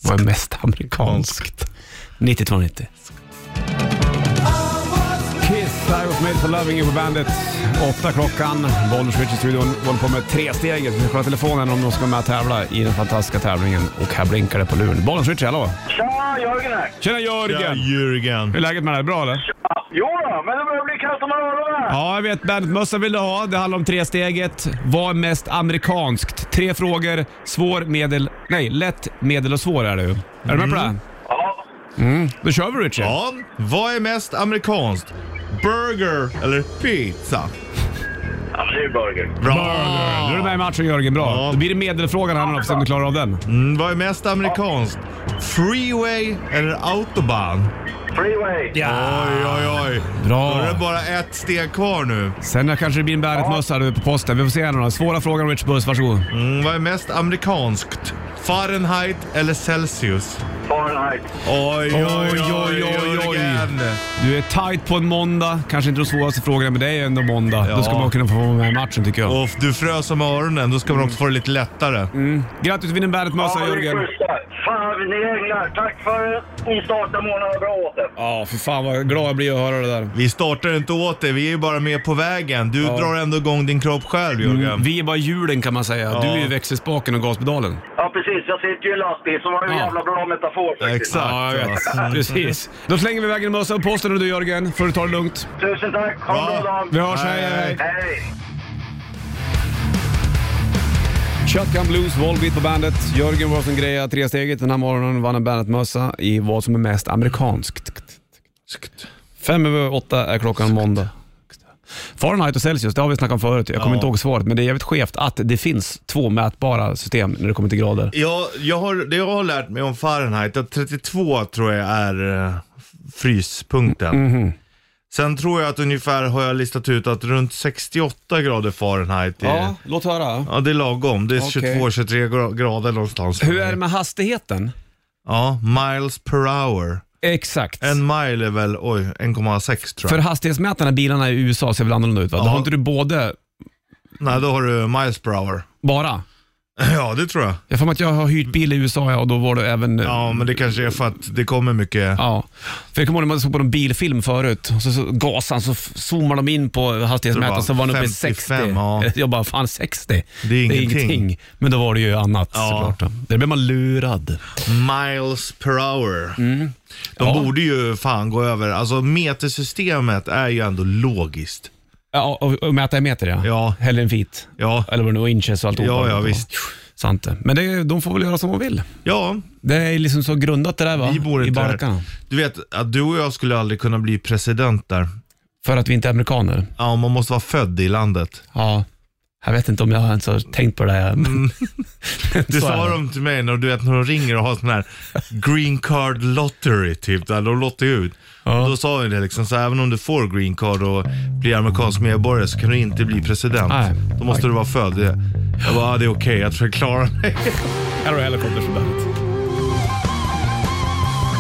[SPEAKER 2] Vad är mest amerikanskt? 90-290. Kiss, I was made for loving you på bandet. Åtta klockan, Bollnäs Rich i studion. Vi håller på med tre steget. Vi ska kolla telefonen om de ska vara med och tävla i den fantastiska tävlingen. Och här blinkar det på luren. Bollnäs Rich, hallå!
[SPEAKER 6] Tja, Jörgen här.
[SPEAKER 2] Tjena
[SPEAKER 3] Ja,
[SPEAKER 2] Jörgen! Hur
[SPEAKER 3] Jürgen.
[SPEAKER 2] är läget med dig? Bra eller?
[SPEAKER 6] Jo då, men det börjar bli kallt om öronen här.
[SPEAKER 2] Ja, jag vet. Bandetmössa vill du ha. Det handlar om tresteget. Vad är mest amerikanskt? Tre frågor. Svår, medel... Nej, lätt, medel och svår är det ju. Är du med på det? här?
[SPEAKER 6] Mm. Ja.
[SPEAKER 2] Då kör vi Richard.
[SPEAKER 3] Ja, vad är mest amerikanskt? Burger eller pizza?
[SPEAKER 6] ja, men det är ju burger.
[SPEAKER 3] Bra.
[SPEAKER 2] Nu är du med i matchen Jörgen. Bra.
[SPEAKER 3] Ja.
[SPEAKER 2] Då blir det medelfrågan här nu, om du
[SPEAKER 6] Mm.
[SPEAKER 2] klarar av den.
[SPEAKER 3] Mm, vad är mest amerikanskt? Freeway eller autobahn?
[SPEAKER 6] Freeway.
[SPEAKER 2] Ja.
[SPEAKER 3] Oj, oj, oj.
[SPEAKER 2] Bra.
[SPEAKER 3] Då är det bara ett steg kvar nu.
[SPEAKER 2] Sen kanske det blir en Bäret-mössa du på posten. Vi får se här nu då. Svåra frågan Rich Buss, varsågod.
[SPEAKER 3] Mm, vad är mest amerikanskt? Fahrenheit eller Celsius?
[SPEAKER 6] Fahrenheit.
[SPEAKER 3] Oj, oj, oj, oj, oj. Jörgen.
[SPEAKER 2] Du är tight på en måndag. Kanske inte de svåraste frågorna, men det är ju ändå måndag. Då ska man kunna få vara med i matchen tycker jag.
[SPEAKER 3] Och du frös om öronen, då ska man också få det lite lättare.
[SPEAKER 2] Grattis, du vinner en Bäret-mössa
[SPEAKER 6] ni
[SPEAKER 2] Jörgen.
[SPEAKER 6] skjutsar. Fan, ni änglar. Tack för en starta månad och bra åter.
[SPEAKER 2] Ja, för fan vad glad jag blir att höra det där.
[SPEAKER 3] Vi startar inte åt dig, vi är ju bara med på vägen. Du drar ändå igång din kropp själv Jörgen.
[SPEAKER 2] Mm, Vi är bara hjulen kan man säga. Du
[SPEAKER 3] Ja.
[SPEAKER 2] är ju växelspaken och gaspedalen.
[SPEAKER 6] Ja, precis. Jag sitter ju i en lastbil, så var det en
[SPEAKER 2] Ja.
[SPEAKER 6] jävla bra metafor faktiskt.
[SPEAKER 3] Exakt.
[SPEAKER 2] Ja, jag vet. Precis. Då slänger vi iväg en mössa på posten och du Jörgen, får du ta det lugnt.
[SPEAKER 6] Tusen tack. Ha en
[SPEAKER 3] Bra.
[SPEAKER 6] bra
[SPEAKER 2] Vi
[SPEAKER 6] dag.
[SPEAKER 2] hörs, hej,
[SPEAKER 3] Hej,
[SPEAKER 2] hej.
[SPEAKER 3] hej.
[SPEAKER 6] Hej.
[SPEAKER 2] Shotgun Blues, Volbeat på bandet. Jörgen Rosengreja, tresteget. Den här morgonen vann en Bandet-mössa i vad som är mest amerikanskt. Fem över åtta är klockan måndag. Fahrenheit och Celsius, det har vi snackat om förut. Jag kommer
[SPEAKER 3] Ja.
[SPEAKER 2] inte ihåg svaret, men det är jävligt skevt att det finns två mätbara system när det kommer till grader.
[SPEAKER 3] Jag, jag har, det jag har lärt mig om Fahrenheit, att 32 tror jag är eh, fryspunkten.
[SPEAKER 2] Mhm.
[SPEAKER 3] Sen tror jag att ungefär har jag listat ut att runt 68 grader Fahrenheit är, ja.
[SPEAKER 2] låt höra.
[SPEAKER 3] det är lagom. Det är
[SPEAKER 2] Okej.
[SPEAKER 3] 22-23 gra- grader någonstans.
[SPEAKER 2] Hur är det med hastigheten?
[SPEAKER 3] Ja, miles per hour.
[SPEAKER 2] Exakt.
[SPEAKER 3] En mile är väl, oj, 1,6 tror jag.
[SPEAKER 2] För hastighetsmätarna i bilarna i USA ser väl annorlunda ut? Va? Då
[SPEAKER 3] Ja.
[SPEAKER 2] har inte du både,
[SPEAKER 3] Nej, då har du miles per hour.
[SPEAKER 2] bara?
[SPEAKER 3] Ja, det tror jag.
[SPEAKER 2] Jag får mig att jag har hyrt bil i USA ja, och då var det även...
[SPEAKER 3] Ja, men det kanske är för att det kommer mycket.
[SPEAKER 2] Ja. För jag kommer ihåg när man såg på någon bilfilm förut, och så, så gasade han så f- zoomade de in på
[SPEAKER 3] Det
[SPEAKER 2] hastighetsmätaren
[SPEAKER 3] var
[SPEAKER 2] så var han uppe i 60.
[SPEAKER 3] 55, ja.
[SPEAKER 2] Jag bara, fan 60?
[SPEAKER 3] Det är ingenting.
[SPEAKER 2] Men då var det ju annat
[SPEAKER 3] Ja.
[SPEAKER 2] såklart. då. Där blev man lurad.
[SPEAKER 3] Miles per hour. De
[SPEAKER 2] Ja.
[SPEAKER 3] borde ju fan gå över. Alltså metersystemet är ju ändå logiskt.
[SPEAKER 2] Ja, och, och mäta i meter ja.
[SPEAKER 3] Ja.
[SPEAKER 2] Hellre än feet.
[SPEAKER 3] Ja,
[SPEAKER 2] Eller vad det nu var, inches och allt
[SPEAKER 3] ja, ja visst.
[SPEAKER 2] Sant det. Men det, de får väl göra som de vill.
[SPEAKER 3] Ja,
[SPEAKER 2] Det är liksom så grundat det där va?
[SPEAKER 3] vi borde
[SPEAKER 2] I
[SPEAKER 3] inte
[SPEAKER 2] barkarna.
[SPEAKER 3] där. Du vet, att du och jag skulle aldrig kunna bli president där.
[SPEAKER 2] För att vi inte är amerikaner.
[SPEAKER 3] Ja, man måste vara född i landet.
[SPEAKER 2] Ja. Jag vet inte om jag ens har tänkt på det här. men-
[SPEAKER 3] Det
[SPEAKER 2] Så är
[SPEAKER 3] sa
[SPEAKER 2] Mm. det.
[SPEAKER 3] de till mig när, du vet, när de ringer och har sån här green card lottery typ, där de lottar ut. Då sa de det liksom, så även om du får green card och blir amerikansk medborgare så kan du inte bli president.
[SPEAKER 2] Nej.
[SPEAKER 3] Då måste du vara född. Jag bara, ah, det är okej, jag tror jag klarar mig.
[SPEAKER 2] Här har Helicopters på bandet.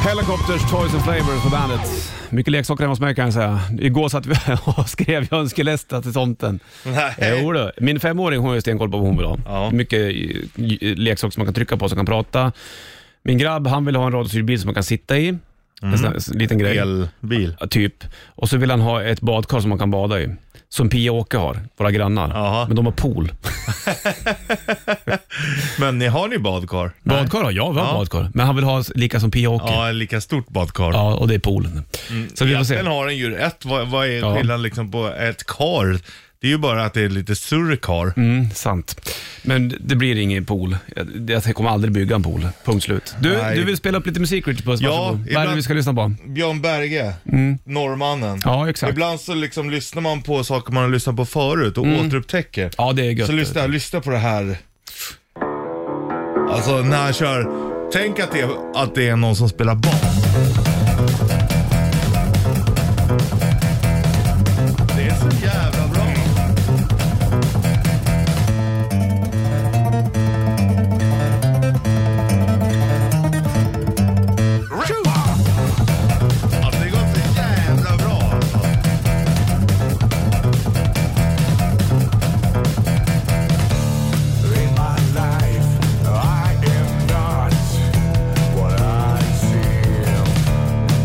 [SPEAKER 2] Helicopters, Toys and Flavors på bandet. Mycket leksaker hemma hos mig kan jag säga. Igår satt vi och skrev jag önskelista till tomten.
[SPEAKER 3] Nej.
[SPEAKER 2] Jo då. Min femåring hon har ju stenkoll på vad hon vill ha.
[SPEAKER 3] Ja.
[SPEAKER 2] Mycket eh, leksaker som man kan trycka på som kan prata. Min grabb han vill ha en radiostyrd bil som man kan sitta i.
[SPEAKER 3] Mm.
[SPEAKER 2] En sån här liten grej.
[SPEAKER 3] Elbil.
[SPEAKER 2] Ja, Typ. Och så vill han ha ett badkar som man kan bada i. Som Pia och Åke har, våra grannar.
[SPEAKER 3] Jaha.
[SPEAKER 2] Men de har pool.
[SPEAKER 3] Men ni har ni badkar?
[SPEAKER 2] Badkar har jag, vi har
[SPEAKER 3] Ja.
[SPEAKER 2] badkar. Men han vill ha lika som Pia och Åke.
[SPEAKER 3] Ja, Mm. lika stort badkar.
[SPEAKER 2] Ja, och det är poolen. Så vi får
[SPEAKER 3] Egentligen
[SPEAKER 2] se.
[SPEAKER 3] har den ju ett. Vad, vad är
[SPEAKER 2] Ja.
[SPEAKER 3] skillnaden liksom på ett kar? Det är ju bara att det är lite större kar.
[SPEAKER 2] Mm, sant. Men det blir ingen pool. Jag, jag kommer aldrig bygga en pool. Punkt slut. Du,
[SPEAKER 3] Nej.
[SPEAKER 2] du vill spela upp lite musik Richard Puss,
[SPEAKER 3] Ja,
[SPEAKER 2] varsågod. Vad är det
[SPEAKER 3] ibland-
[SPEAKER 2] vi ska lyssna på?
[SPEAKER 3] Björn Berge, norrmannen.
[SPEAKER 2] Mm. Ja, exakt.
[SPEAKER 3] Ibland så liksom lyssnar man på saker man har lyssnat på förut och
[SPEAKER 2] Mm.
[SPEAKER 3] återupptäcker.
[SPEAKER 2] Ja, det är gött.
[SPEAKER 3] så lyssna, lyssna på det här. Alltså när han kör, tänk att det, att det är någon som spelar bas. Det är så jävla bra. Alltså det går så jävla bra alltså.
[SPEAKER 7] In my life, I am not what I seem.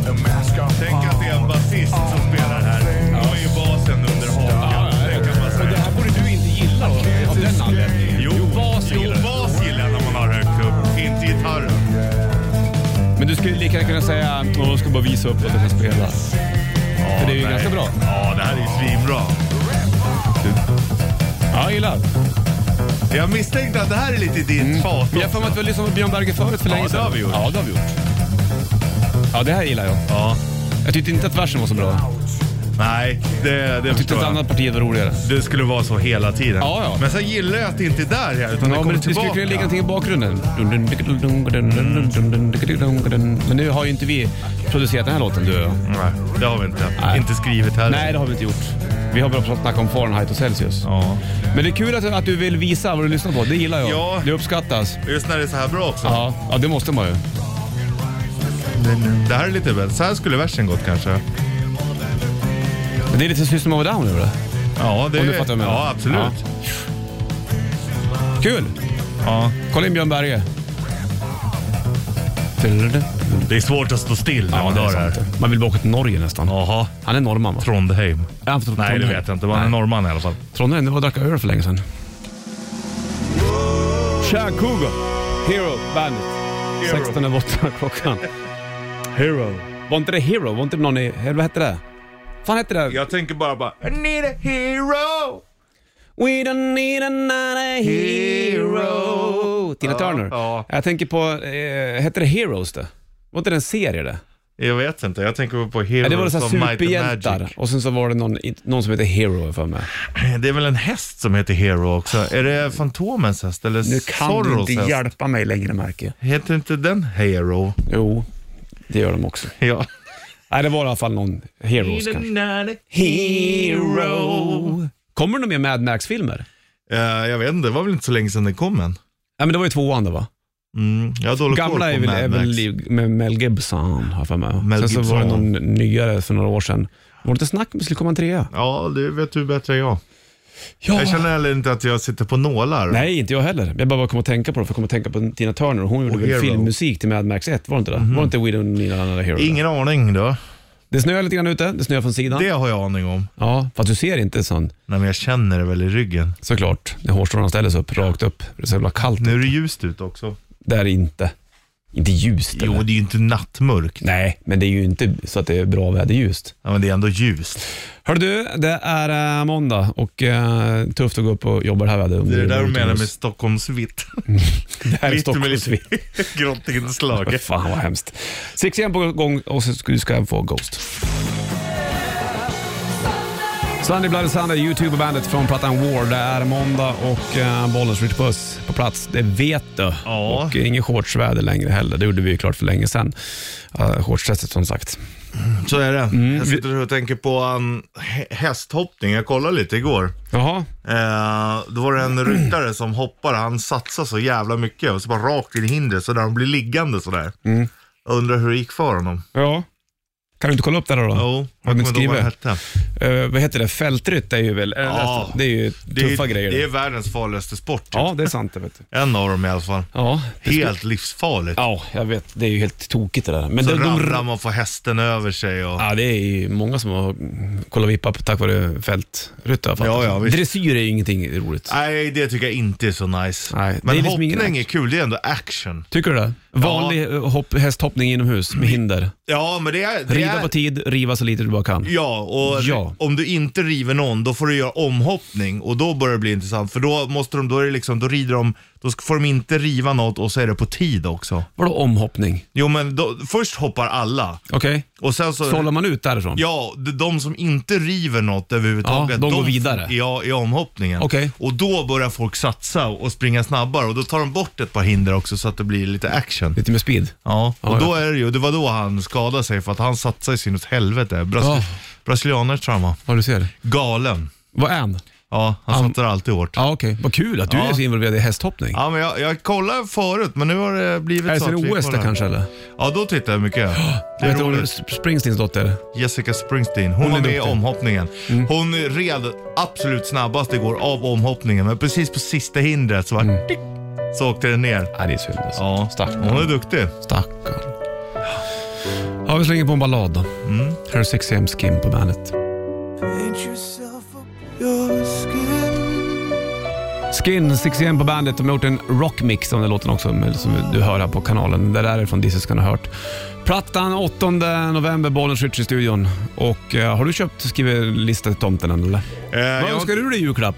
[SPEAKER 7] The mask of
[SPEAKER 3] Tänk att det är en basist som spelar här. Han har ju basen under hakan. Det kan man säga.
[SPEAKER 2] här borde du inte gilla av den anledningen.
[SPEAKER 3] Jo, bas gillar, bas gillar jag när man har högt upp. Inte gitarren.
[SPEAKER 2] Men du skulle lika gärna kunna säga att jag ska bara visa upp att jag kan spela. För det är ju
[SPEAKER 3] nej.
[SPEAKER 2] ganska bra.
[SPEAKER 3] Ja, det här är ju svinbra.
[SPEAKER 2] Ja, jag gillar.
[SPEAKER 3] Jag misstänkte att det här är lite ditt fat.
[SPEAKER 2] Men Mm. jag har för mig att vi har lyssnat på Björn Berger förut för
[SPEAKER 3] Ja,
[SPEAKER 2] länge
[SPEAKER 3] det har vi gjort.
[SPEAKER 2] Ja, det har vi gjort. Ja, det här gillar jag.
[SPEAKER 3] Ja.
[SPEAKER 2] Jag tyckte inte att versen var så bra.
[SPEAKER 3] Nej, det, det
[SPEAKER 2] Tyckte
[SPEAKER 3] förstår
[SPEAKER 2] ett
[SPEAKER 3] jag.
[SPEAKER 2] annat parti var roligare.
[SPEAKER 3] Det skulle vara så hela tiden.
[SPEAKER 2] Ja, ja.
[SPEAKER 3] Men sen gillar jag att det inte är där här, utan det
[SPEAKER 2] Ja, men
[SPEAKER 3] kommer
[SPEAKER 2] det, det skulle
[SPEAKER 3] tillbaka.
[SPEAKER 2] kunna ligga någonting i bakgrunden. Men nu har ju inte vi producerat den här låten, du och jag.
[SPEAKER 3] Nej, det har vi inte.
[SPEAKER 2] Nej.
[SPEAKER 3] Inte skrivet heller.
[SPEAKER 2] Nej, det har vi inte gjort. Vi har bara snackat om Fahrenheit och Celsius.
[SPEAKER 3] Ja.
[SPEAKER 2] Men det är kul att, att du vill visa vad du lyssnar på. Det gillar jag.
[SPEAKER 3] Ja.
[SPEAKER 2] Det uppskattas.
[SPEAKER 3] Just när det är så här bra också.
[SPEAKER 2] Ja, ja det måste man ju.
[SPEAKER 3] Det här är lite väl. Så här skulle versen gått kanske.
[SPEAKER 2] Men det är lite System of a Down över det.
[SPEAKER 3] Ja, det
[SPEAKER 2] Om du fattar vad jag menar.
[SPEAKER 3] Ja, absolut.
[SPEAKER 2] Kul!
[SPEAKER 3] Ja.
[SPEAKER 2] Kolla in Björn Berge.
[SPEAKER 3] Det är svårt att stå still när man
[SPEAKER 2] det är
[SPEAKER 3] hör det här.
[SPEAKER 2] sant. Man vill bara åka till Norge nästan.
[SPEAKER 3] Jaha.
[SPEAKER 2] Han är norrman va?
[SPEAKER 3] Trondheim.
[SPEAKER 2] Är han från
[SPEAKER 3] Nej, det
[SPEAKER 2] Trondheim?
[SPEAKER 3] vet jag inte. Man är
[SPEAKER 2] Nej.
[SPEAKER 3] norrman i alla fall.
[SPEAKER 2] Trondheim, det var och drack öl för länge sedan. Tja Cougar! Hero Bandit. 16 över 8 klockan. Hero. Var inte det Hero? Var inte det någon i... eller Vad hette det? fan hette det?
[SPEAKER 3] Jag tänker bara bara... I need a hero!
[SPEAKER 2] We don't need another hero. Tina
[SPEAKER 3] Ja,
[SPEAKER 2] Turner.
[SPEAKER 3] ja.
[SPEAKER 2] Jag tänker på, eh, hette det Heroes det? Var inte det en serie det?
[SPEAKER 3] Jag vet inte. Jag tänker på
[SPEAKER 2] Ja,
[SPEAKER 3] Heroes
[SPEAKER 2] det var det så här
[SPEAKER 3] of Might and
[SPEAKER 2] superhjältar
[SPEAKER 3] Magic.
[SPEAKER 2] och sen så var det någon, någon som heter Hero för mig.
[SPEAKER 3] Det är väl en häst som heter Hero också? Är det Fantomens häst eller
[SPEAKER 2] Nu kan du
[SPEAKER 3] Zorros
[SPEAKER 2] inte
[SPEAKER 3] häst?
[SPEAKER 2] hjälpa mig längre märker jag.
[SPEAKER 3] Heter inte den Hero?
[SPEAKER 2] Jo, det gör de också.
[SPEAKER 3] Ja.
[SPEAKER 2] Nej, det var i alla fall någon Heroes kanske. Hero. Kommer det några mer Mad Max-filmer?
[SPEAKER 3] Eh, jag vet inte, det var väl inte så länge sedan den kom än.
[SPEAKER 2] Ja, men det var ju tvåan det va?
[SPEAKER 3] Mm, jag har dålig koll på
[SPEAKER 2] Gamla är väl,
[SPEAKER 3] Mad
[SPEAKER 2] är
[SPEAKER 3] Max.
[SPEAKER 2] väl liv- med Mel Gibson, har jag för mig. Sen
[SPEAKER 3] Mel
[SPEAKER 2] så var det någon
[SPEAKER 3] Gibson.
[SPEAKER 2] nyare för några år sedan. Var det inte snack om att det skulle komma en trea?
[SPEAKER 3] Ja, det vet du bättre än jag.
[SPEAKER 2] Ja.
[SPEAKER 3] Jag känner heller inte att jag sitter på nålar.
[SPEAKER 2] Nej, inte jag heller. Jag bara kom att tänka på det, för jag kom att tänka på Tina Turner. Hon gjorde
[SPEAKER 3] Och
[SPEAKER 2] väl
[SPEAKER 3] Hero. Mhm.
[SPEAKER 2] filmmusik till Mad Max 1, var det inte det? Var det inte We Don't Need Another Hero?
[SPEAKER 3] Ingen aning då.
[SPEAKER 2] Det snöar lite grann ute, det snöar från sidan.
[SPEAKER 3] Det har jag aning om.
[SPEAKER 2] Ja, fast du ser inte sån,
[SPEAKER 3] Nej, men jag känner det väl i ryggen.
[SPEAKER 2] såklart, när hårstråna ställs upp, rakt upp. Det är så jävla kallt.
[SPEAKER 3] Nu är det ljust ute också.
[SPEAKER 2] Det är inte. Inte ljust
[SPEAKER 3] Jo,
[SPEAKER 2] eller?
[SPEAKER 3] det är ju inte nattmörkt.
[SPEAKER 2] Nej, men det är ju inte så att det är bra väder ljust.
[SPEAKER 3] Ja, men det är ändå ljust.
[SPEAKER 2] Hör du, det är eh, måndag och eh, tufft att gå upp och jobba det här vädret.
[SPEAKER 3] Det är det där du menar med Stockholmsvitt.
[SPEAKER 2] det här är
[SPEAKER 3] Vitt med lite
[SPEAKER 2] Stockholmsvitt.
[SPEAKER 3] grått inslag.
[SPEAKER 2] Fan vad hemskt. Six igen på gång och så ska du ska få Ghost. Sunday Bloody Sunday, YouTube och bandet från plattan War. Det är måndag och uh, Bollens Rich Puss på plats. Det vet du.
[SPEAKER 3] Ja.
[SPEAKER 2] Och eh, inget shortsväder längre heller. Det gjorde vi ju klart för länge sedan. Uh, shortstestet som sagt.
[SPEAKER 3] Så är det. Jag sitter och tänker på um, hä- hästhoppning. Jag kollade lite igår.
[SPEAKER 2] Jaha,
[SPEAKER 3] Eh, då var det en ryttare som hoppade. Han satsade så jävla mycket och så bara rakt in i hindret så där han blir liggande sådär. Mm. Undrar hur det gick för honom.
[SPEAKER 2] ja. Kan du inte kolla upp det här då?
[SPEAKER 3] Jo,
[SPEAKER 2] Har
[SPEAKER 3] jag
[SPEAKER 2] de
[SPEAKER 3] kommer
[SPEAKER 2] inte
[SPEAKER 3] inte ihåg vad det
[SPEAKER 2] skrivit?
[SPEAKER 3] hette.
[SPEAKER 2] Eh, vad heter det? Fältrytt är ju väl... eh,
[SPEAKER 3] Ja.
[SPEAKER 2] Det är ju
[SPEAKER 3] Det är,
[SPEAKER 2] tuffa grejer.
[SPEAKER 3] det är världens farligaste sport. typ.
[SPEAKER 2] Ja, det är sant det vet du.
[SPEAKER 3] En av dem i alla fall.
[SPEAKER 2] Ja,
[SPEAKER 3] Helt livsfarligt.
[SPEAKER 2] ja, jag vet. Det är ju helt tokigt det där. Men
[SPEAKER 3] Så
[SPEAKER 2] det,
[SPEAKER 3] ramlar man och får hästen över sig. Och...
[SPEAKER 2] Ja, det är ju många som har kollat vippa på- tack vare fältryttare. har jag
[SPEAKER 3] Ja,
[SPEAKER 2] fattat.
[SPEAKER 3] ja, visst.
[SPEAKER 2] Dressyr är ju ingenting roligt.
[SPEAKER 3] Nej, det tycker jag inte är så nice.
[SPEAKER 2] Nej, det
[SPEAKER 3] Men
[SPEAKER 2] är liksom ingen
[SPEAKER 3] hoppning är
[SPEAKER 2] action.
[SPEAKER 3] kul, det är ändå action.
[SPEAKER 2] Tycker du det? Vanlig eh, hopp, hästhoppning inomhus med hinder.
[SPEAKER 3] Ja, men det är... Det
[SPEAKER 2] Rida
[SPEAKER 3] är...
[SPEAKER 2] på tid, riva så lite du bara kan.
[SPEAKER 3] Ja, och
[SPEAKER 2] Ja.
[SPEAKER 3] om du inte river någon, då får du göra omhoppning och då börjar det bli intressant. För då måste de, då är det liksom, då rider de, då ska- får de inte riva något och så är det på tid också.
[SPEAKER 2] Vadå omhoppning?
[SPEAKER 3] Jo men då, först hoppar alla
[SPEAKER 2] Okej,
[SPEAKER 3] och sen så...
[SPEAKER 2] så håller man ut därifrån?
[SPEAKER 3] Ja, de, de som inte river något överhuvudtaget.
[SPEAKER 2] Ja, de går vidare.
[SPEAKER 3] Ja, i omhoppningen.
[SPEAKER 2] Okej.
[SPEAKER 3] Och då börjar folk satsa och springa snabbare och då tar de bort ett par hinder också så att det blir lite action.
[SPEAKER 2] Lite med speed?
[SPEAKER 3] Ja,
[SPEAKER 2] Ja,
[SPEAKER 3] och då är det ju, det var då han skadade sig för att han satsade sin åt helvete. Brasili
[SPEAKER 2] Ja.
[SPEAKER 3] Brasilianer tror jag han var.
[SPEAKER 2] Ja, du ser.
[SPEAKER 3] Galen.
[SPEAKER 2] Vad är han?
[SPEAKER 3] Ja, han satsar alltid hårt.
[SPEAKER 2] Ja, okej. Vad kul att du
[SPEAKER 3] Ja.
[SPEAKER 2] är så involverad i hästhoppning.
[SPEAKER 3] Ja, men jag, jag kollade förut, men nu har det blivit
[SPEAKER 2] Är det
[SPEAKER 3] så att
[SPEAKER 2] sen
[SPEAKER 3] vi
[SPEAKER 2] OS där
[SPEAKER 3] kollar.
[SPEAKER 2] kanske eller?
[SPEAKER 3] Ja, då tittar jag mycket. Det är
[SPEAKER 2] Vet du hon
[SPEAKER 3] roligt.
[SPEAKER 2] Springsteens dotter?
[SPEAKER 3] Jessica Springsteen, hon,
[SPEAKER 2] Hon är
[SPEAKER 3] var med i
[SPEAKER 2] duktig.
[SPEAKER 3] omhoppningen. Hon red absolut snabbast igår av omhoppningen, men precis på sista hindret så, var tick, så åkte den ner.
[SPEAKER 2] Ja, det är synd alltså.
[SPEAKER 3] Mm. Ja, Eh, hon är
[SPEAKER 2] Stackarn.
[SPEAKER 3] duktig.
[SPEAKER 2] Stackarn. Ja, vi slänger på en ballad då. Här är 6 am Skin på bandet. Skin, 6 am på bandet. De har gjort en rockmix om den låten också, med- som du hör här på kanalen. Det där är från This is gonna hurt. Plattan 8 november, Bollens Ritch i studion. Och eh, har du köpt skrivit lista till tomten än eller?
[SPEAKER 3] Eh,
[SPEAKER 2] Vad
[SPEAKER 3] jag,
[SPEAKER 2] önskar du dig i julklapp?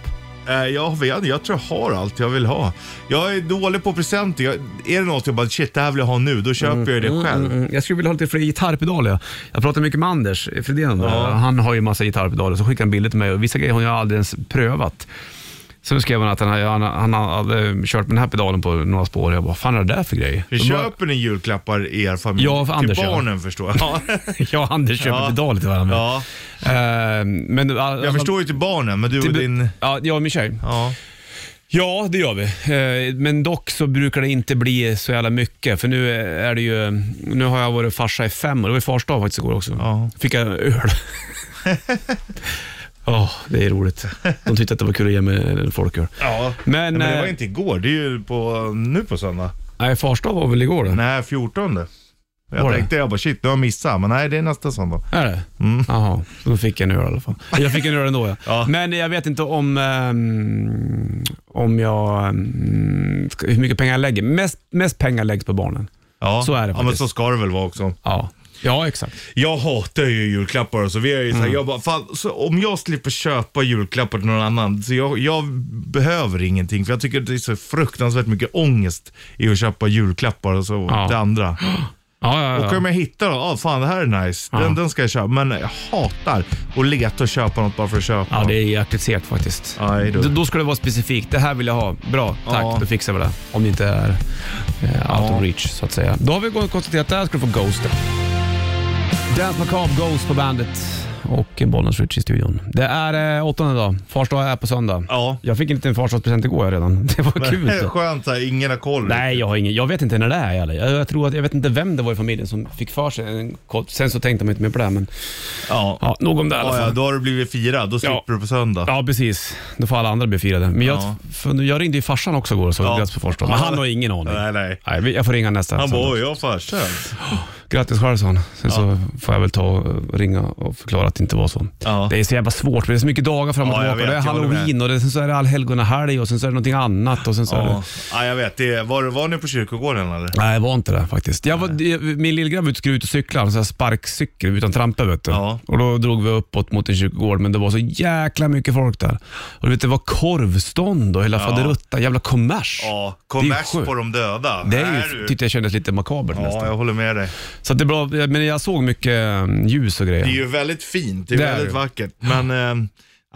[SPEAKER 3] Eh, Jag vet jag tror jag har allt jag vill ha. Jag är dålig på presenter. Jag, är det något jag bara, shit det här vill jag ha nu, då köper jag det själv.
[SPEAKER 2] Mm, jag skulle vilja ha lite fler gitarrpedaler. Jag- Jag pratar mycket med Anders Fredén om det här. Han har ju massa gitarrpedaler, så skickar han bilder till mig och vissa grejer har jag aldrig ens prövat. Sen skrev han att han, han, han hade kört med den här pedalen på några spår. Jag bara, fan är det där för grej?
[SPEAKER 3] Vi
[SPEAKER 2] De bara-
[SPEAKER 3] köper ni julklappar i er familj?
[SPEAKER 2] Ja, för Anders,
[SPEAKER 3] Till
[SPEAKER 2] ja.
[SPEAKER 3] barnen förstår jag. Ja.
[SPEAKER 2] Ja, Anders köper
[SPEAKER 3] Ja.
[SPEAKER 2] pedaler till varandra.
[SPEAKER 3] Ja.
[SPEAKER 2] Eh, men,
[SPEAKER 3] Jag förstår ju Alltså- till barnen, men du och din...
[SPEAKER 2] Ja, jag och min tjej.
[SPEAKER 3] Ja.
[SPEAKER 2] Ja, det gör vi. Eh, Men dock så brukar det inte bli så jävla mycket. För nu är det ju... Nu har jag varit farsa i fem år. Det var ju fars dag faktiskt igår också.
[SPEAKER 3] Ja.
[SPEAKER 2] Fick jag öl. Ja, det är roligt. De tyckte att det var kul att ge mig en folköl.
[SPEAKER 3] ja.
[SPEAKER 2] Men,
[SPEAKER 3] Nej, men det var
[SPEAKER 2] eh,
[SPEAKER 3] inte igår, det är ju på, nu på söndag.
[SPEAKER 2] Nej, fars dag var väl igår då?
[SPEAKER 3] Nej, 14. Jag
[SPEAKER 2] Var det?
[SPEAKER 3] tänkte jag bara shit, nu har jag missat, men nej det är nästa söndag.
[SPEAKER 2] Är det? Jaha, då fick jag en öl i alla fall. Jag fick en öl ändå ja.
[SPEAKER 3] Mm. Ja.
[SPEAKER 2] Men jag vet inte om, ehm, om jag, ehm, ska- hur mycket pengar jag lägger. Mest, mest pengar läggs på barnen.
[SPEAKER 3] Ja,
[SPEAKER 2] Så är det
[SPEAKER 3] ja men
[SPEAKER 2] faktiskt.
[SPEAKER 3] så ska det väl vara också.
[SPEAKER 2] Ja, ja exakt.
[SPEAKER 3] Jag hatar ju julklappar och så vi är ju så här,
[SPEAKER 2] Mm.
[SPEAKER 3] jag bara, fan, så om jag slipper köpa julklappar till någon annan, så jag, jag behöver ingenting för jag tycker det är så fruktansvärt mycket ångest i att köpa julklappar och så
[SPEAKER 2] Ja.
[SPEAKER 3] det andra.
[SPEAKER 2] Ja, ja, ja.
[SPEAKER 3] Och om jag hittar då, ah, fan det här är nice, den, den ska jag köpa. Men jag hatar att leta och köpa något bara för att köpa.
[SPEAKER 2] ja det är jäkligt segt faktiskt.
[SPEAKER 3] Aj då.
[SPEAKER 2] Då, då ska det vara specifikt. Det här vill jag ha. Bra, tack.
[SPEAKER 3] Ja.
[SPEAKER 2] Då fixar vi det. Om det inte är eh, out of reach så att säga. Då har vi gått och konstaterat att där ska du få Ghost. Dance Macabre Ghost på bandet och Bollnäs Rich i studion. Det är eh, åttonde dag. Fars dag är på söndag.
[SPEAKER 3] Ja.
[SPEAKER 2] Jag fick en liten farsdagspresent igår redan. Det var kul.
[SPEAKER 3] det är
[SPEAKER 2] Så.
[SPEAKER 3] skönt så här, ingen har koll.
[SPEAKER 2] Nej, jag, har ingen, jag vet inte när det är heller. Jag, jag, tror att, jag vet inte vem det var i familjen som fick för sig en kort. Sen så tänkte man inte mer på det, men
[SPEAKER 3] Ja.
[SPEAKER 2] ja, nog om det i alla
[SPEAKER 3] Ja,
[SPEAKER 2] fall.
[SPEAKER 3] ja, då har du blivit firad. Då slipper
[SPEAKER 2] Ja.
[SPEAKER 3] du på söndag.
[SPEAKER 2] Ja, precis. Då får alla andra bli firade. Men jag,
[SPEAKER 3] Ja.
[SPEAKER 2] för, jag ringde ju farsan också igår och sa
[SPEAKER 3] Ja.
[SPEAKER 2] grattis på första. Men han har ingen aning.
[SPEAKER 3] Nej, nej.
[SPEAKER 2] vi- jag får ringa nästa.
[SPEAKER 3] Han
[SPEAKER 2] söndag.
[SPEAKER 3] bara, "Oj, jag har farsa.
[SPEAKER 2] Grattis själv, sa han. Sen så får jag väl ta och ringa och förklara att det inte var så.
[SPEAKER 3] Ja.
[SPEAKER 2] Det är så jävla svårt, för det är så mycket dagar fram och
[SPEAKER 3] Ja, jag
[SPEAKER 2] tillbaka.
[SPEAKER 3] vet,
[SPEAKER 2] det är
[SPEAKER 3] jag håller med.
[SPEAKER 2] halloween och det, sen så är det allhelgonahelg och sen så är det någonting annat. Och sen så är det...
[SPEAKER 3] Ja. ja, jag vet. Det, var, var ni på kyrkogården eller?
[SPEAKER 2] Nej, jag var inte där faktiskt. Jag var, jag- min lillgrabb ut- skulle ut och cykla, en sån här sparkcykel utan trampa vet du.
[SPEAKER 3] Ja.
[SPEAKER 2] Och då drog vi uppåt mot en kyrkogård, men det var så jäkla mycket folk där. Och du vet, det var korvstånd och hela faderuttan, jävla kommers.
[SPEAKER 3] Ja,
[SPEAKER 2] Det är
[SPEAKER 3] kommers
[SPEAKER 2] sjukt.
[SPEAKER 3] på de döda.
[SPEAKER 2] Det är
[SPEAKER 3] Här
[SPEAKER 2] ju,
[SPEAKER 3] du.
[SPEAKER 2] tyckte jag kändes lite makabert
[SPEAKER 3] Ja,
[SPEAKER 2] nästan.
[SPEAKER 3] jag håller med dig.
[SPEAKER 2] Så att det är bra, men jag såg mycket eh, ljus och
[SPEAKER 3] Det är
[SPEAKER 2] grejer.
[SPEAKER 3] ju väldigt fint, det är
[SPEAKER 2] Det är
[SPEAKER 3] väldigt
[SPEAKER 2] det.
[SPEAKER 3] vackert. Men eh,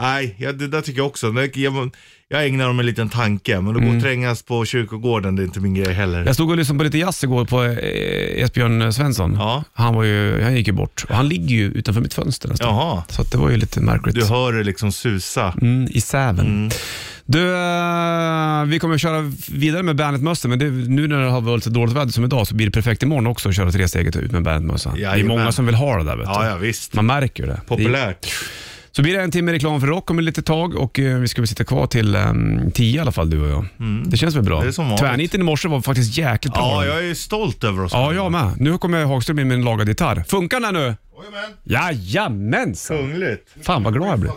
[SPEAKER 3] nej, ja, det där tycker jag också. Det- Jag, jag ägnar dem en liten tanke, men att gå och trängas på kyrkogården, det är inte min grej heller.
[SPEAKER 2] Mm. Jag stod och lyssnade på lite jazz igår på eh, Esbjörn Svensson.
[SPEAKER 3] Ja.
[SPEAKER 2] Han, var ju, han gick ju bort och han ligger ju utanför mitt fönster nästan.
[SPEAKER 3] Jaha,
[SPEAKER 2] Så att det var ju lite märkligt.
[SPEAKER 3] du hör det liksom susa.
[SPEAKER 2] Mm, I Säven. Du, eh, vi kommer köra vidare med Bandet-mössan, men det, nu när det har varit så dåligt väder som idag så blir det perfekt imorgon också att köra tresteget ut med Bandet-mössan. Det är
[SPEAKER 3] Jajamän.
[SPEAKER 2] många som vill ha det där vet
[SPEAKER 3] Ja,
[SPEAKER 2] du.
[SPEAKER 3] ja visst.
[SPEAKER 2] Man märker ju det.
[SPEAKER 3] Populärt.
[SPEAKER 2] Det- Så blir det en timme reklam för rock om ett litet tag och eh, vi ska väl sitta kvar till um, tio i alla fall du och jag. Det känns väl bra?
[SPEAKER 3] Mm. Det är som vanligt.
[SPEAKER 2] Tvärniten i morse var faktiskt jäkligt bra.
[SPEAKER 3] Ja, jag är stolt över oss.
[SPEAKER 2] ja, jag med. Nu kommer Hagström in med en lagad gitarr. Funkar den här nu?
[SPEAKER 3] Jajamän.
[SPEAKER 2] Jajamensan!
[SPEAKER 3] Kungligt.
[SPEAKER 2] Fan vad glad jag blev.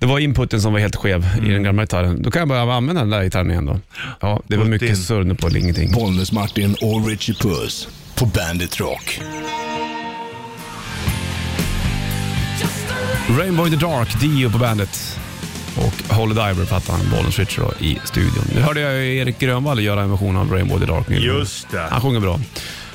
[SPEAKER 2] Det var inputen som var helt skev i
[SPEAKER 3] Mm.
[SPEAKER 2] den gamla gitarren. Då kan jag börja använda den där gitarren igen då. Ja, det var
[SPEAKER 3] Put in.
[SPEAKER 2] mycket surr nu på ingenting.
[SPEAKER 8] Bollnäs-Martin och Richie Puss på Bandit Rock.
[SPEAKER 2] Rainbow in the Dark, Dio på bandet. Och Holy Diver-plattan, Bollen Switcher då, i studion. Nu hörde jag ju Erik Grönvall göra en version av Rainbow in the Dark nyligen.
[SPEAKER 3] Just det.
[SPEAKER 2] Han sjunger bra.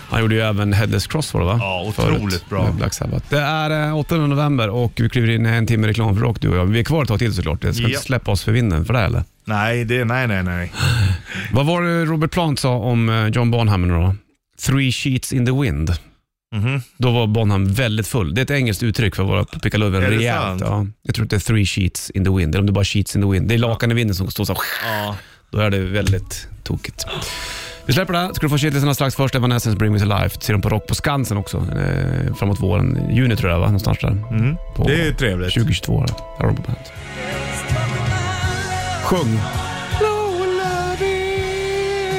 [SPEAKER 2] Han gjorde ju även Headless Cross var det va?
[SPEAKER 3] Ja, otroligt bra.
[SPEAKER 2] med Black Sabbath. Det är eh, 8 november och vi kliver in i en timme reklam för rock du och jag. Vi är kvar ett tag till såklart. Jag ska
[SPEAKER 3] Ja.
[SPEAKER 2] inte släppa oss för vinden för det eller?
[SPEAKER 3] Nej, det, nej, nej, nej.
[SPEAKER 2] Vad var det Robert Plant sa om eh, John Bonham nu då? Three sheets in the wind.
[SPEAKER 3] Mhm.
[SPEAKER 2] Då var Bonham väldigt full. Det är ett engelskt uttryck för att vara på pickalöven
[SPEAKER 3] Är det
[SPEAKER 2] rejält.
[SPEAKER 3] sant?
[SPEAKER 2] Ja. Jag tror att det är three sheets in the wind, eller om det är bara sheets in the wind. Det är lakan i vinden som står så här.
[SPEAKER 3] Ja.
[SPEAKER 2] Då är det väldigt tokigt. Vi släpper det här. Ska du få kittelsen strax först. Evanescence Bring Me To Life. Ser dem på Rock på Skansen också. Eh, framåt våren. Juni tror jag va? Någonstans där. På
[SPEAKER 3] Mm. Det är ju trevligt.
[SPEAKER 2] 2022. då. Där har de på bandet. Sjung.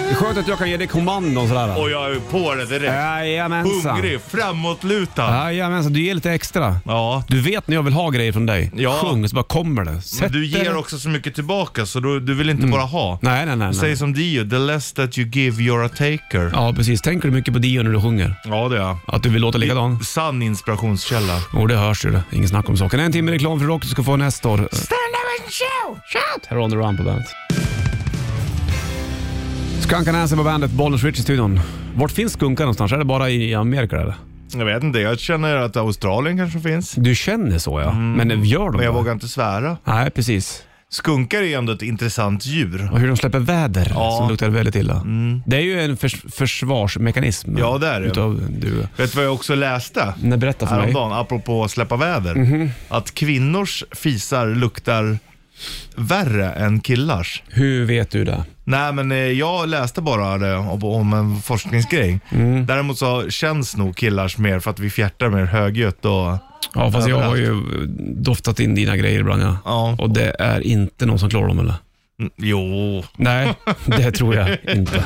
[SPEAKER 2] Det är skönt att jag kan ge dig kommandon sådär.
[SPEAKER 3] Och jag är på det direkt.
[SPEAKER 2] Jajamensan.
[SPEAKER 3] Hungrig, framåtlutad.
[SPEAKER 2] Jajamensan, du ger lite extra.
[SPEAKER 3] Ja.
[SPEAKER 2] Du vet när jag vill ha grejer från dig.
[SPEAKER 3] Ja.
[SPEAKER 2] Sjung, så bara kommer det. Sätt
[SPEAKER 3] Men du ger
[SPEAKER 2] det.
[SPEAKER 3] också så mycket tillbaka så du, du vill inte bara ha.
[SPEAKER 2] Nej, nej, nej.
[SPEAKER 3] Du säger
[SPEAKER 2] nej.
[SPEAKER 3] som Dio, the less that you give you're a taker. Ja,
[SPEAKER 2] Ja, precis. Tänker du mycket på Dio när du sjunger?
[SPEAKER 3] det är jag.
[SPEAKER 2] Att du vill låta likadan?
[SPEAKER 3] Sann inspirationskälla.
[SPEAKER 2] Jo, det hörs ju. det. Ingen snack om saken. En timme reklam för rock du ska få nästa år. Stand up and Här är On the Run på bandet. Skunk Anansi på bandet, Bollnäs Rich i studion. Vart finns skunkar någonstans? Är det bara i i Amerika eller?
[SPEAKER 3] Jag vet inte, jag känner att Australien kanske finns.
[SPEAKER 2] Du känner så ja, men gör de
[SPEAKER 3] Men Mm. jag
[SPEAKER 2] det?
[SPEAKER 3] vågar inte svära.
[SPEAKER 2] Nej, precis.
[SPEAKER 3] Skunkar är ändå ett intressant djur.
[SPEAKER 2] Och hur de släpper väder
[SPEAKER 3] Ja. Mm.
[SPEAKER 2] som luktar väldigt illa. Det är ju en förs försvarsmekanism.
[SPEAKER 3] Ja, det är det.
[SPEAKER 2] Utav du.
[SPEAKER 3] Vet du vad jag också läste?
[SPEAKER 2] Nej, berätta för mig. Mhm.
[SPEAKER 3] Häromdagen, apropå släppa väder. Att kvinnors fisar luktar värre än killars.
[SPEAKER 2] Hur vet du det?
[SPEAKER 3] Nej, men eh, jag läste bara det om- om en forskningsgrej.
[SPEAKER 2] Mm.
[SPEAKER 3] Däremot så känns nog killars mer för att vi fjärtar mer högljutt och...
[SPEAKER 2] Ja, fast jag har ju doftat in dina grejer ibland ja.
[SPEAKER 3] Ja.
[SPEAKER 2] Och det är inte någon som klarar dem eller?
[SPEAKER 3] Mm, Jo.
[SPEAKER 2] Nej, det tror jag inte.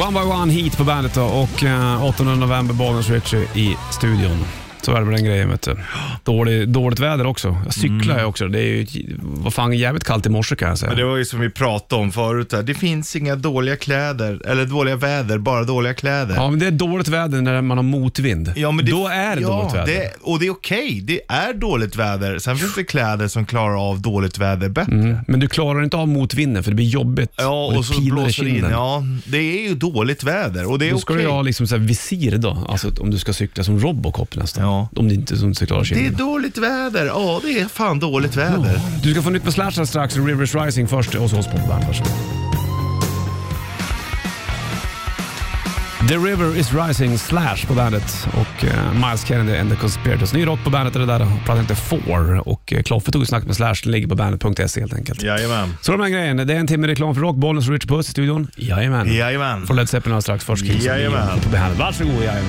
[SPEAKER 2] One by one hit på bandet då och eh, 8 november Bollnäs Ritchie i studion. Så är det med den grejen vet du. Dålig, dåligt väder också. Jag cyklar ju också. Det är ju vad fan, jävligt kallt i morse kan jag säga.
[SPEAKER 3] Men Mm. det var ju som vi pratade om förut. Här. Det finns inga dåliga kläder, eller dåliga väder, bara dåliga kläder.
[SPEAKER 2] Ja, men det är dåligt väder när man har motvind.
[SPEAKER 3] Ja, men det-
[SPEAKER 2] Då är det
[SPEAKER 3] ja,
[SPEAKER 2] dåligt väder.
[SPEAKER 3] det- och det är okej. Det är dåligt väder. Sen finns det kläder som klarar av dåligt väder bättre.
[SPEAKER 2] Men du klarar inte av motvinden för det blir jobbigt.
[SPEAKER 3] Ja, och,
[SPEAKER 2] det
[SPEAKER 3] så
[SPEAKER 2] pinar i
[SPEAKER 3] blåser det in.
[SPEAKER 2] kinden.
[SPEAKER 3] Ja, det är ju dåligt väder och det är
[SPEAKER 2] Då ska
[SPEAKER 3] okej.
[SPEAKER 2] du ju ha liksom så här visir då, alltså om du ska cykla som Robocop nästan.
[SPEAKER 3] Ja.
[SPEAKER 2] Om du inte som inte klarar
[SPEAKER 3] Det är
[SPEAKER 2] kinden.
[SPEAKER 3] dåligt väder. Ja, det är fan dåligt väder.
[SPEAKER 2] Du ska få nytt med Slash här strax, Rivers Rising först och så oss på band. Varsågod. The River is Rising, Slash på bandet och eh, Miles Kennedy and the Conspirators. Ny rock på bandet är det där, plattan heter Four och eh, Kloffe tog ett snack med Slash, den ligger på bandet.se helt enkelt.
[SPEAKER 3] Jajamän.
[SPEAKER 2] Så de här grejerna, det är en timme reklam för rock, Bollnäs och Richard Puss i studion. Jajamän.
[SPEAKER 3] Jajamän.
[SPEAKER 2] Från Led Zeppelin alldeles strax, först Kings
[SPEAKER 3] Jajamän.
[SPEAKER 2] på bandet. Varsågod, jajamän.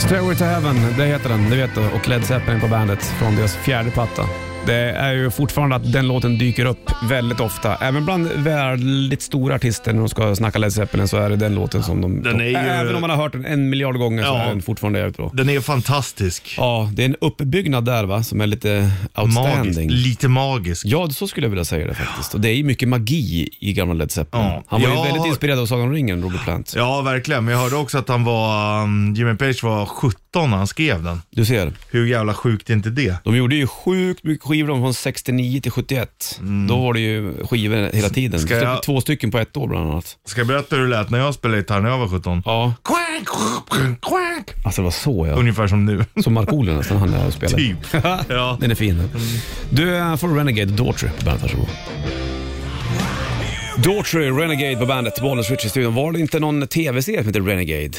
[SPEAKER 2] Stairway to Heaven, det heter den, det vet du. Och Led Zeppelin på bandet från deras fjärde platta. Det är ju fortfarande att den låten dyker upp väldigt ofta. Även bland väldigt stora artister när de ska snacka Led Zeppelin så är det den låten som de...
[SPEAKER 3] Den är ju-
[SPEAKER 2] Även om man har hört den en miljard gånger så
[SPEAKER 3] Ja.
[SPEAKER 2] är den fortfarande jävligt bra.
[SPEAKER 3] Den är fantastisk.
[SPEAKER 2] Ja, det är en uppbyggnad där va, som är lite outstanding.
[SPEAKER 3] Magisk. Lite magisk.
[SPEAKER 2] Ja, så skulle jag vilja säga det faktiskt. Och det är ju mycket magi i gamla Led Zeppelin.
[SPEAKER 3] Ja.
[SPEAKER 2] Han var ju
[SPEAKER 3] Jag
[SPEAKER 2] väldigt
[SPEAKER 3] har-
[SPEAKER 2] inspirerad av Sagan om ringen, Robert Plant.
[SPEAKER 3] Ja, verkligen. Men jag hörde också att han var, um, Jimmy Page var 17 när han skrev den.
[SPEAKER 2] Du ser,
[SPEAKER 3] Hur jävla sjukt är inte det?
[SPEAKER 2] de gjorde ju sjukt mycket skivor från 69 till 71. Då var det ju skivor hela tiden.
[SPEAKER 3] Mm.
[SPEAKER 2] Typ
[SPEAKER 3] Ska jag-
[SPEAKER 2] Två stycken på ett år bland annat.
[SPEAKER 3] Ska jag berätta hur det lät när jag spelade gitarr när jag var 17?
[SPEAKER 2] Ja.
[SPEAKER 3] Quack, quack, quack.
[SPEAKER 2] Alltså det var så ja.
[SPEAKER 3] Ungefär som nu.
[SPEAKER 2] Som Markoolio nästan han där och spelade.
[SPEAKER 3] Typ. Ja.
[SPEAKER 2] Den är fin. Du eh, får Renegade Daughtry på bandet, varsågod. Daughtry, Renegade på bandet, Bollnäs Richie i studion. Var det inte någon tv-serie som hette Renegade?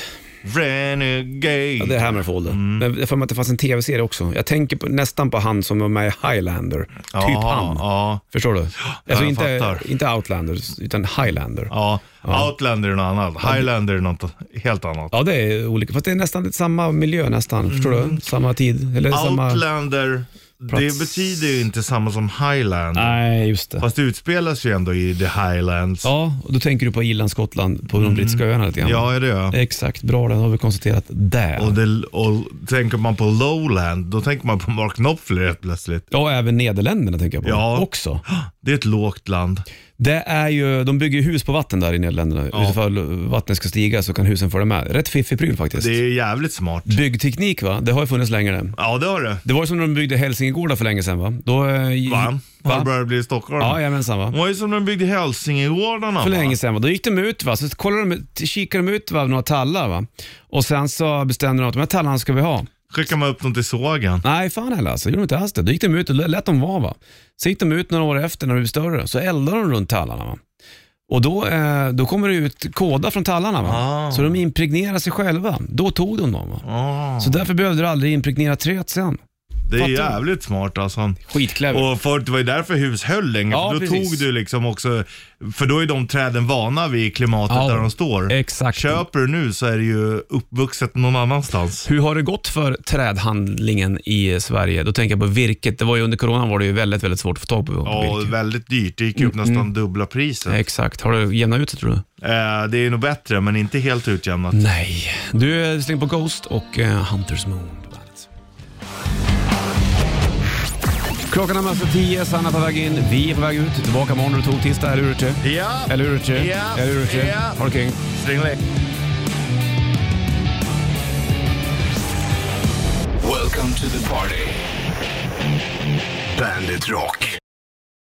[SPEAKER 3] Renegade.
[SPEAKER 2] Ja, det är Hammerfolder.
[SPEAKER 3] Mm.
[SPEAKER 2] Men jag får mig att det fanns en tv-serie också. Jag tänker på, nästan på han som var med i Highlander. typ
[SPEAKER 3] Jaha,
[SPEAKER 2] han.
[SPEAKER 3] Ja.
[SPEAKER 2] Förstår du? Alltså
[SPEAKER 3] jag
[SPEAKER 2] inte,
[SPEAKER 3] fattar.
[SPEAKER 2] inte Outlander, utan Highlander. Ja.
[SPEAKER 3] Ja, Outlander är något annat. Highlander är något helt annat.
[SPEAKER 2] det är olika. Fast det är nästan lite samma miljö nästan. Förstår du? Samma tid. Eller samma...
[SPEAKER 3] Mm. Outlander,
[SPEAKER 2] Plats.
[SPEAKER 3] det betyder ju inte samma som Highland.
[SPEAKER 2] Nej, just det.
[SPEAKER 3] Fast det utspelas ju ändå i The Highlands.
[SPEAKER 2] Ja, och då tänker du på Irland, Skottland, på de brittiska öarna lite grann.
[SPEAKER 3] Mm. Ja, är det ja.
[SPEAKER 2] Exakt, bra det har vi konstaterat där.
[SPEAKER 3] Och, det, och tänker man på Lowland, då tänker man på Mark Knopfler helt plötsligt.
[SPEAKER 2] Ja, även Nederländerna tänker jag på
[SPEAKER 3] Ja.
[SPEAKER 2] också.
[SPEAKER 3] Det är ett lågt land.
[SPEAKER 2] Det är ju, de bygger ju hus på vatten där i Nederländerna. Ja. Utifall vattnet ska stiga så kan husen följa med. Rätt fiffig pryl faktiskt.
[SPEAKER 3] Det är jävligt smart.
[SPEAKER 2] Byggteknik va, det har ju funnits länge det.
[SPEAKER 3] Ja, det har det.
[SPEAKER 2] Det var ju som när de byggde Hälsingegårdar för länge sedan va? Då, eh,
[SPEAKER 3] Va? Har det
[SPEAKER 2] va?
[SPEAKER 3] börjat bli i Stockholm?
[SPEAKER 2] Ja, jajamensan va.
[SPEAKER 3] Det var ju som när de byggde Hälsingegårdarna.
[SPEAKER 2] För
[SPEAKER 3] va?
[SPEAKER 2] länge sedan va. Då gick de ut va, så kollade de, ut- kikade de ut va, några tallar va. Och sen så bestämde de att de här tallarna ska vi ha.
[SPEAKER 3] Skickar man upp dem till sågen.
[SPEAKER 2] Nej, fan heller alltså. Gjorde de inte alls det. Då gick de ut och lät dem vara. Va? Så gick de ut några år efter när de blev större, så eldade de runt tallarna. Va? Och då, eh, då kommer det ut kåda från tallarna. Va?
[SPEAKER 3] Ah.
[SPEAKER 2] Så de impregnerar sig själva. Då tog de dem. Va?
[SPEAKER 3] Ah,
[SPEAKER 2] Så därför behövde du aldrig impregnera träet sen.
[SPEAKER 3] det är
[SPEAKER 2] fattar du?
[SPEAKER 3] jävligt smart alltså.
[SPEAKER 2] Skitkläver.
[SPEAKER 3] Och förut det var ju därför hus höll länge.
[SPEAKER 2] Ja,
[SPEAKER 3] för då
[SPEAKER 2] precis.
[SPEAKER 3] tog du liksom också, för då är de träden vana vid klimatet
[SPEAKER 2] Ja,
[SPEAKER 3] där de står.
[SPEAKER 2] exakt.
[SPEAKER 3] Köper du nu så är det ju uppvuxet någon annanstans.
[SPEAKER 2] Hur har det gått för trädhandlingen i Sverige? Då tänker jag på virket. Det var ju under coronan var det ju väldigt, väldigt svårt att få tag på
[SPEAKER 3] Ja,
[SPEAKER 2] virke.
[SPEAKER 3] väldigt dyrt. Det gick upp
[SPEAKER 2] Mm,
[SPEAKER 3] nästan dubbla priset.
[SPEAKER 2] Exakt. Har det jämnat ut sig tror du?
[SPEAKER 3] Eh, det är nog bättre, men inte helt utjämnat.
[SPEAKER 2] Nej. Du slänger på Ghost och eh, Hunters Moon på bandet. Klockan är nästan tio, Sanna är på väg in, vi är på väg ut. Tillbaka imorgon, du tog tisdag, eller hur Richie?
[SPEAKER 3] Ja,
[SPEAKER 2] Eller hur Richie?
[SPEAKER 3] Ja.
[SPEAKER 2] Eller hur Richie?
[SPEAKER 3] Ja.
[SPEAKER 2] Ha det king.
[SPEAKER 3] Stringeling.
[SPEAKER 1] Welcome to the party. Bandit Rock.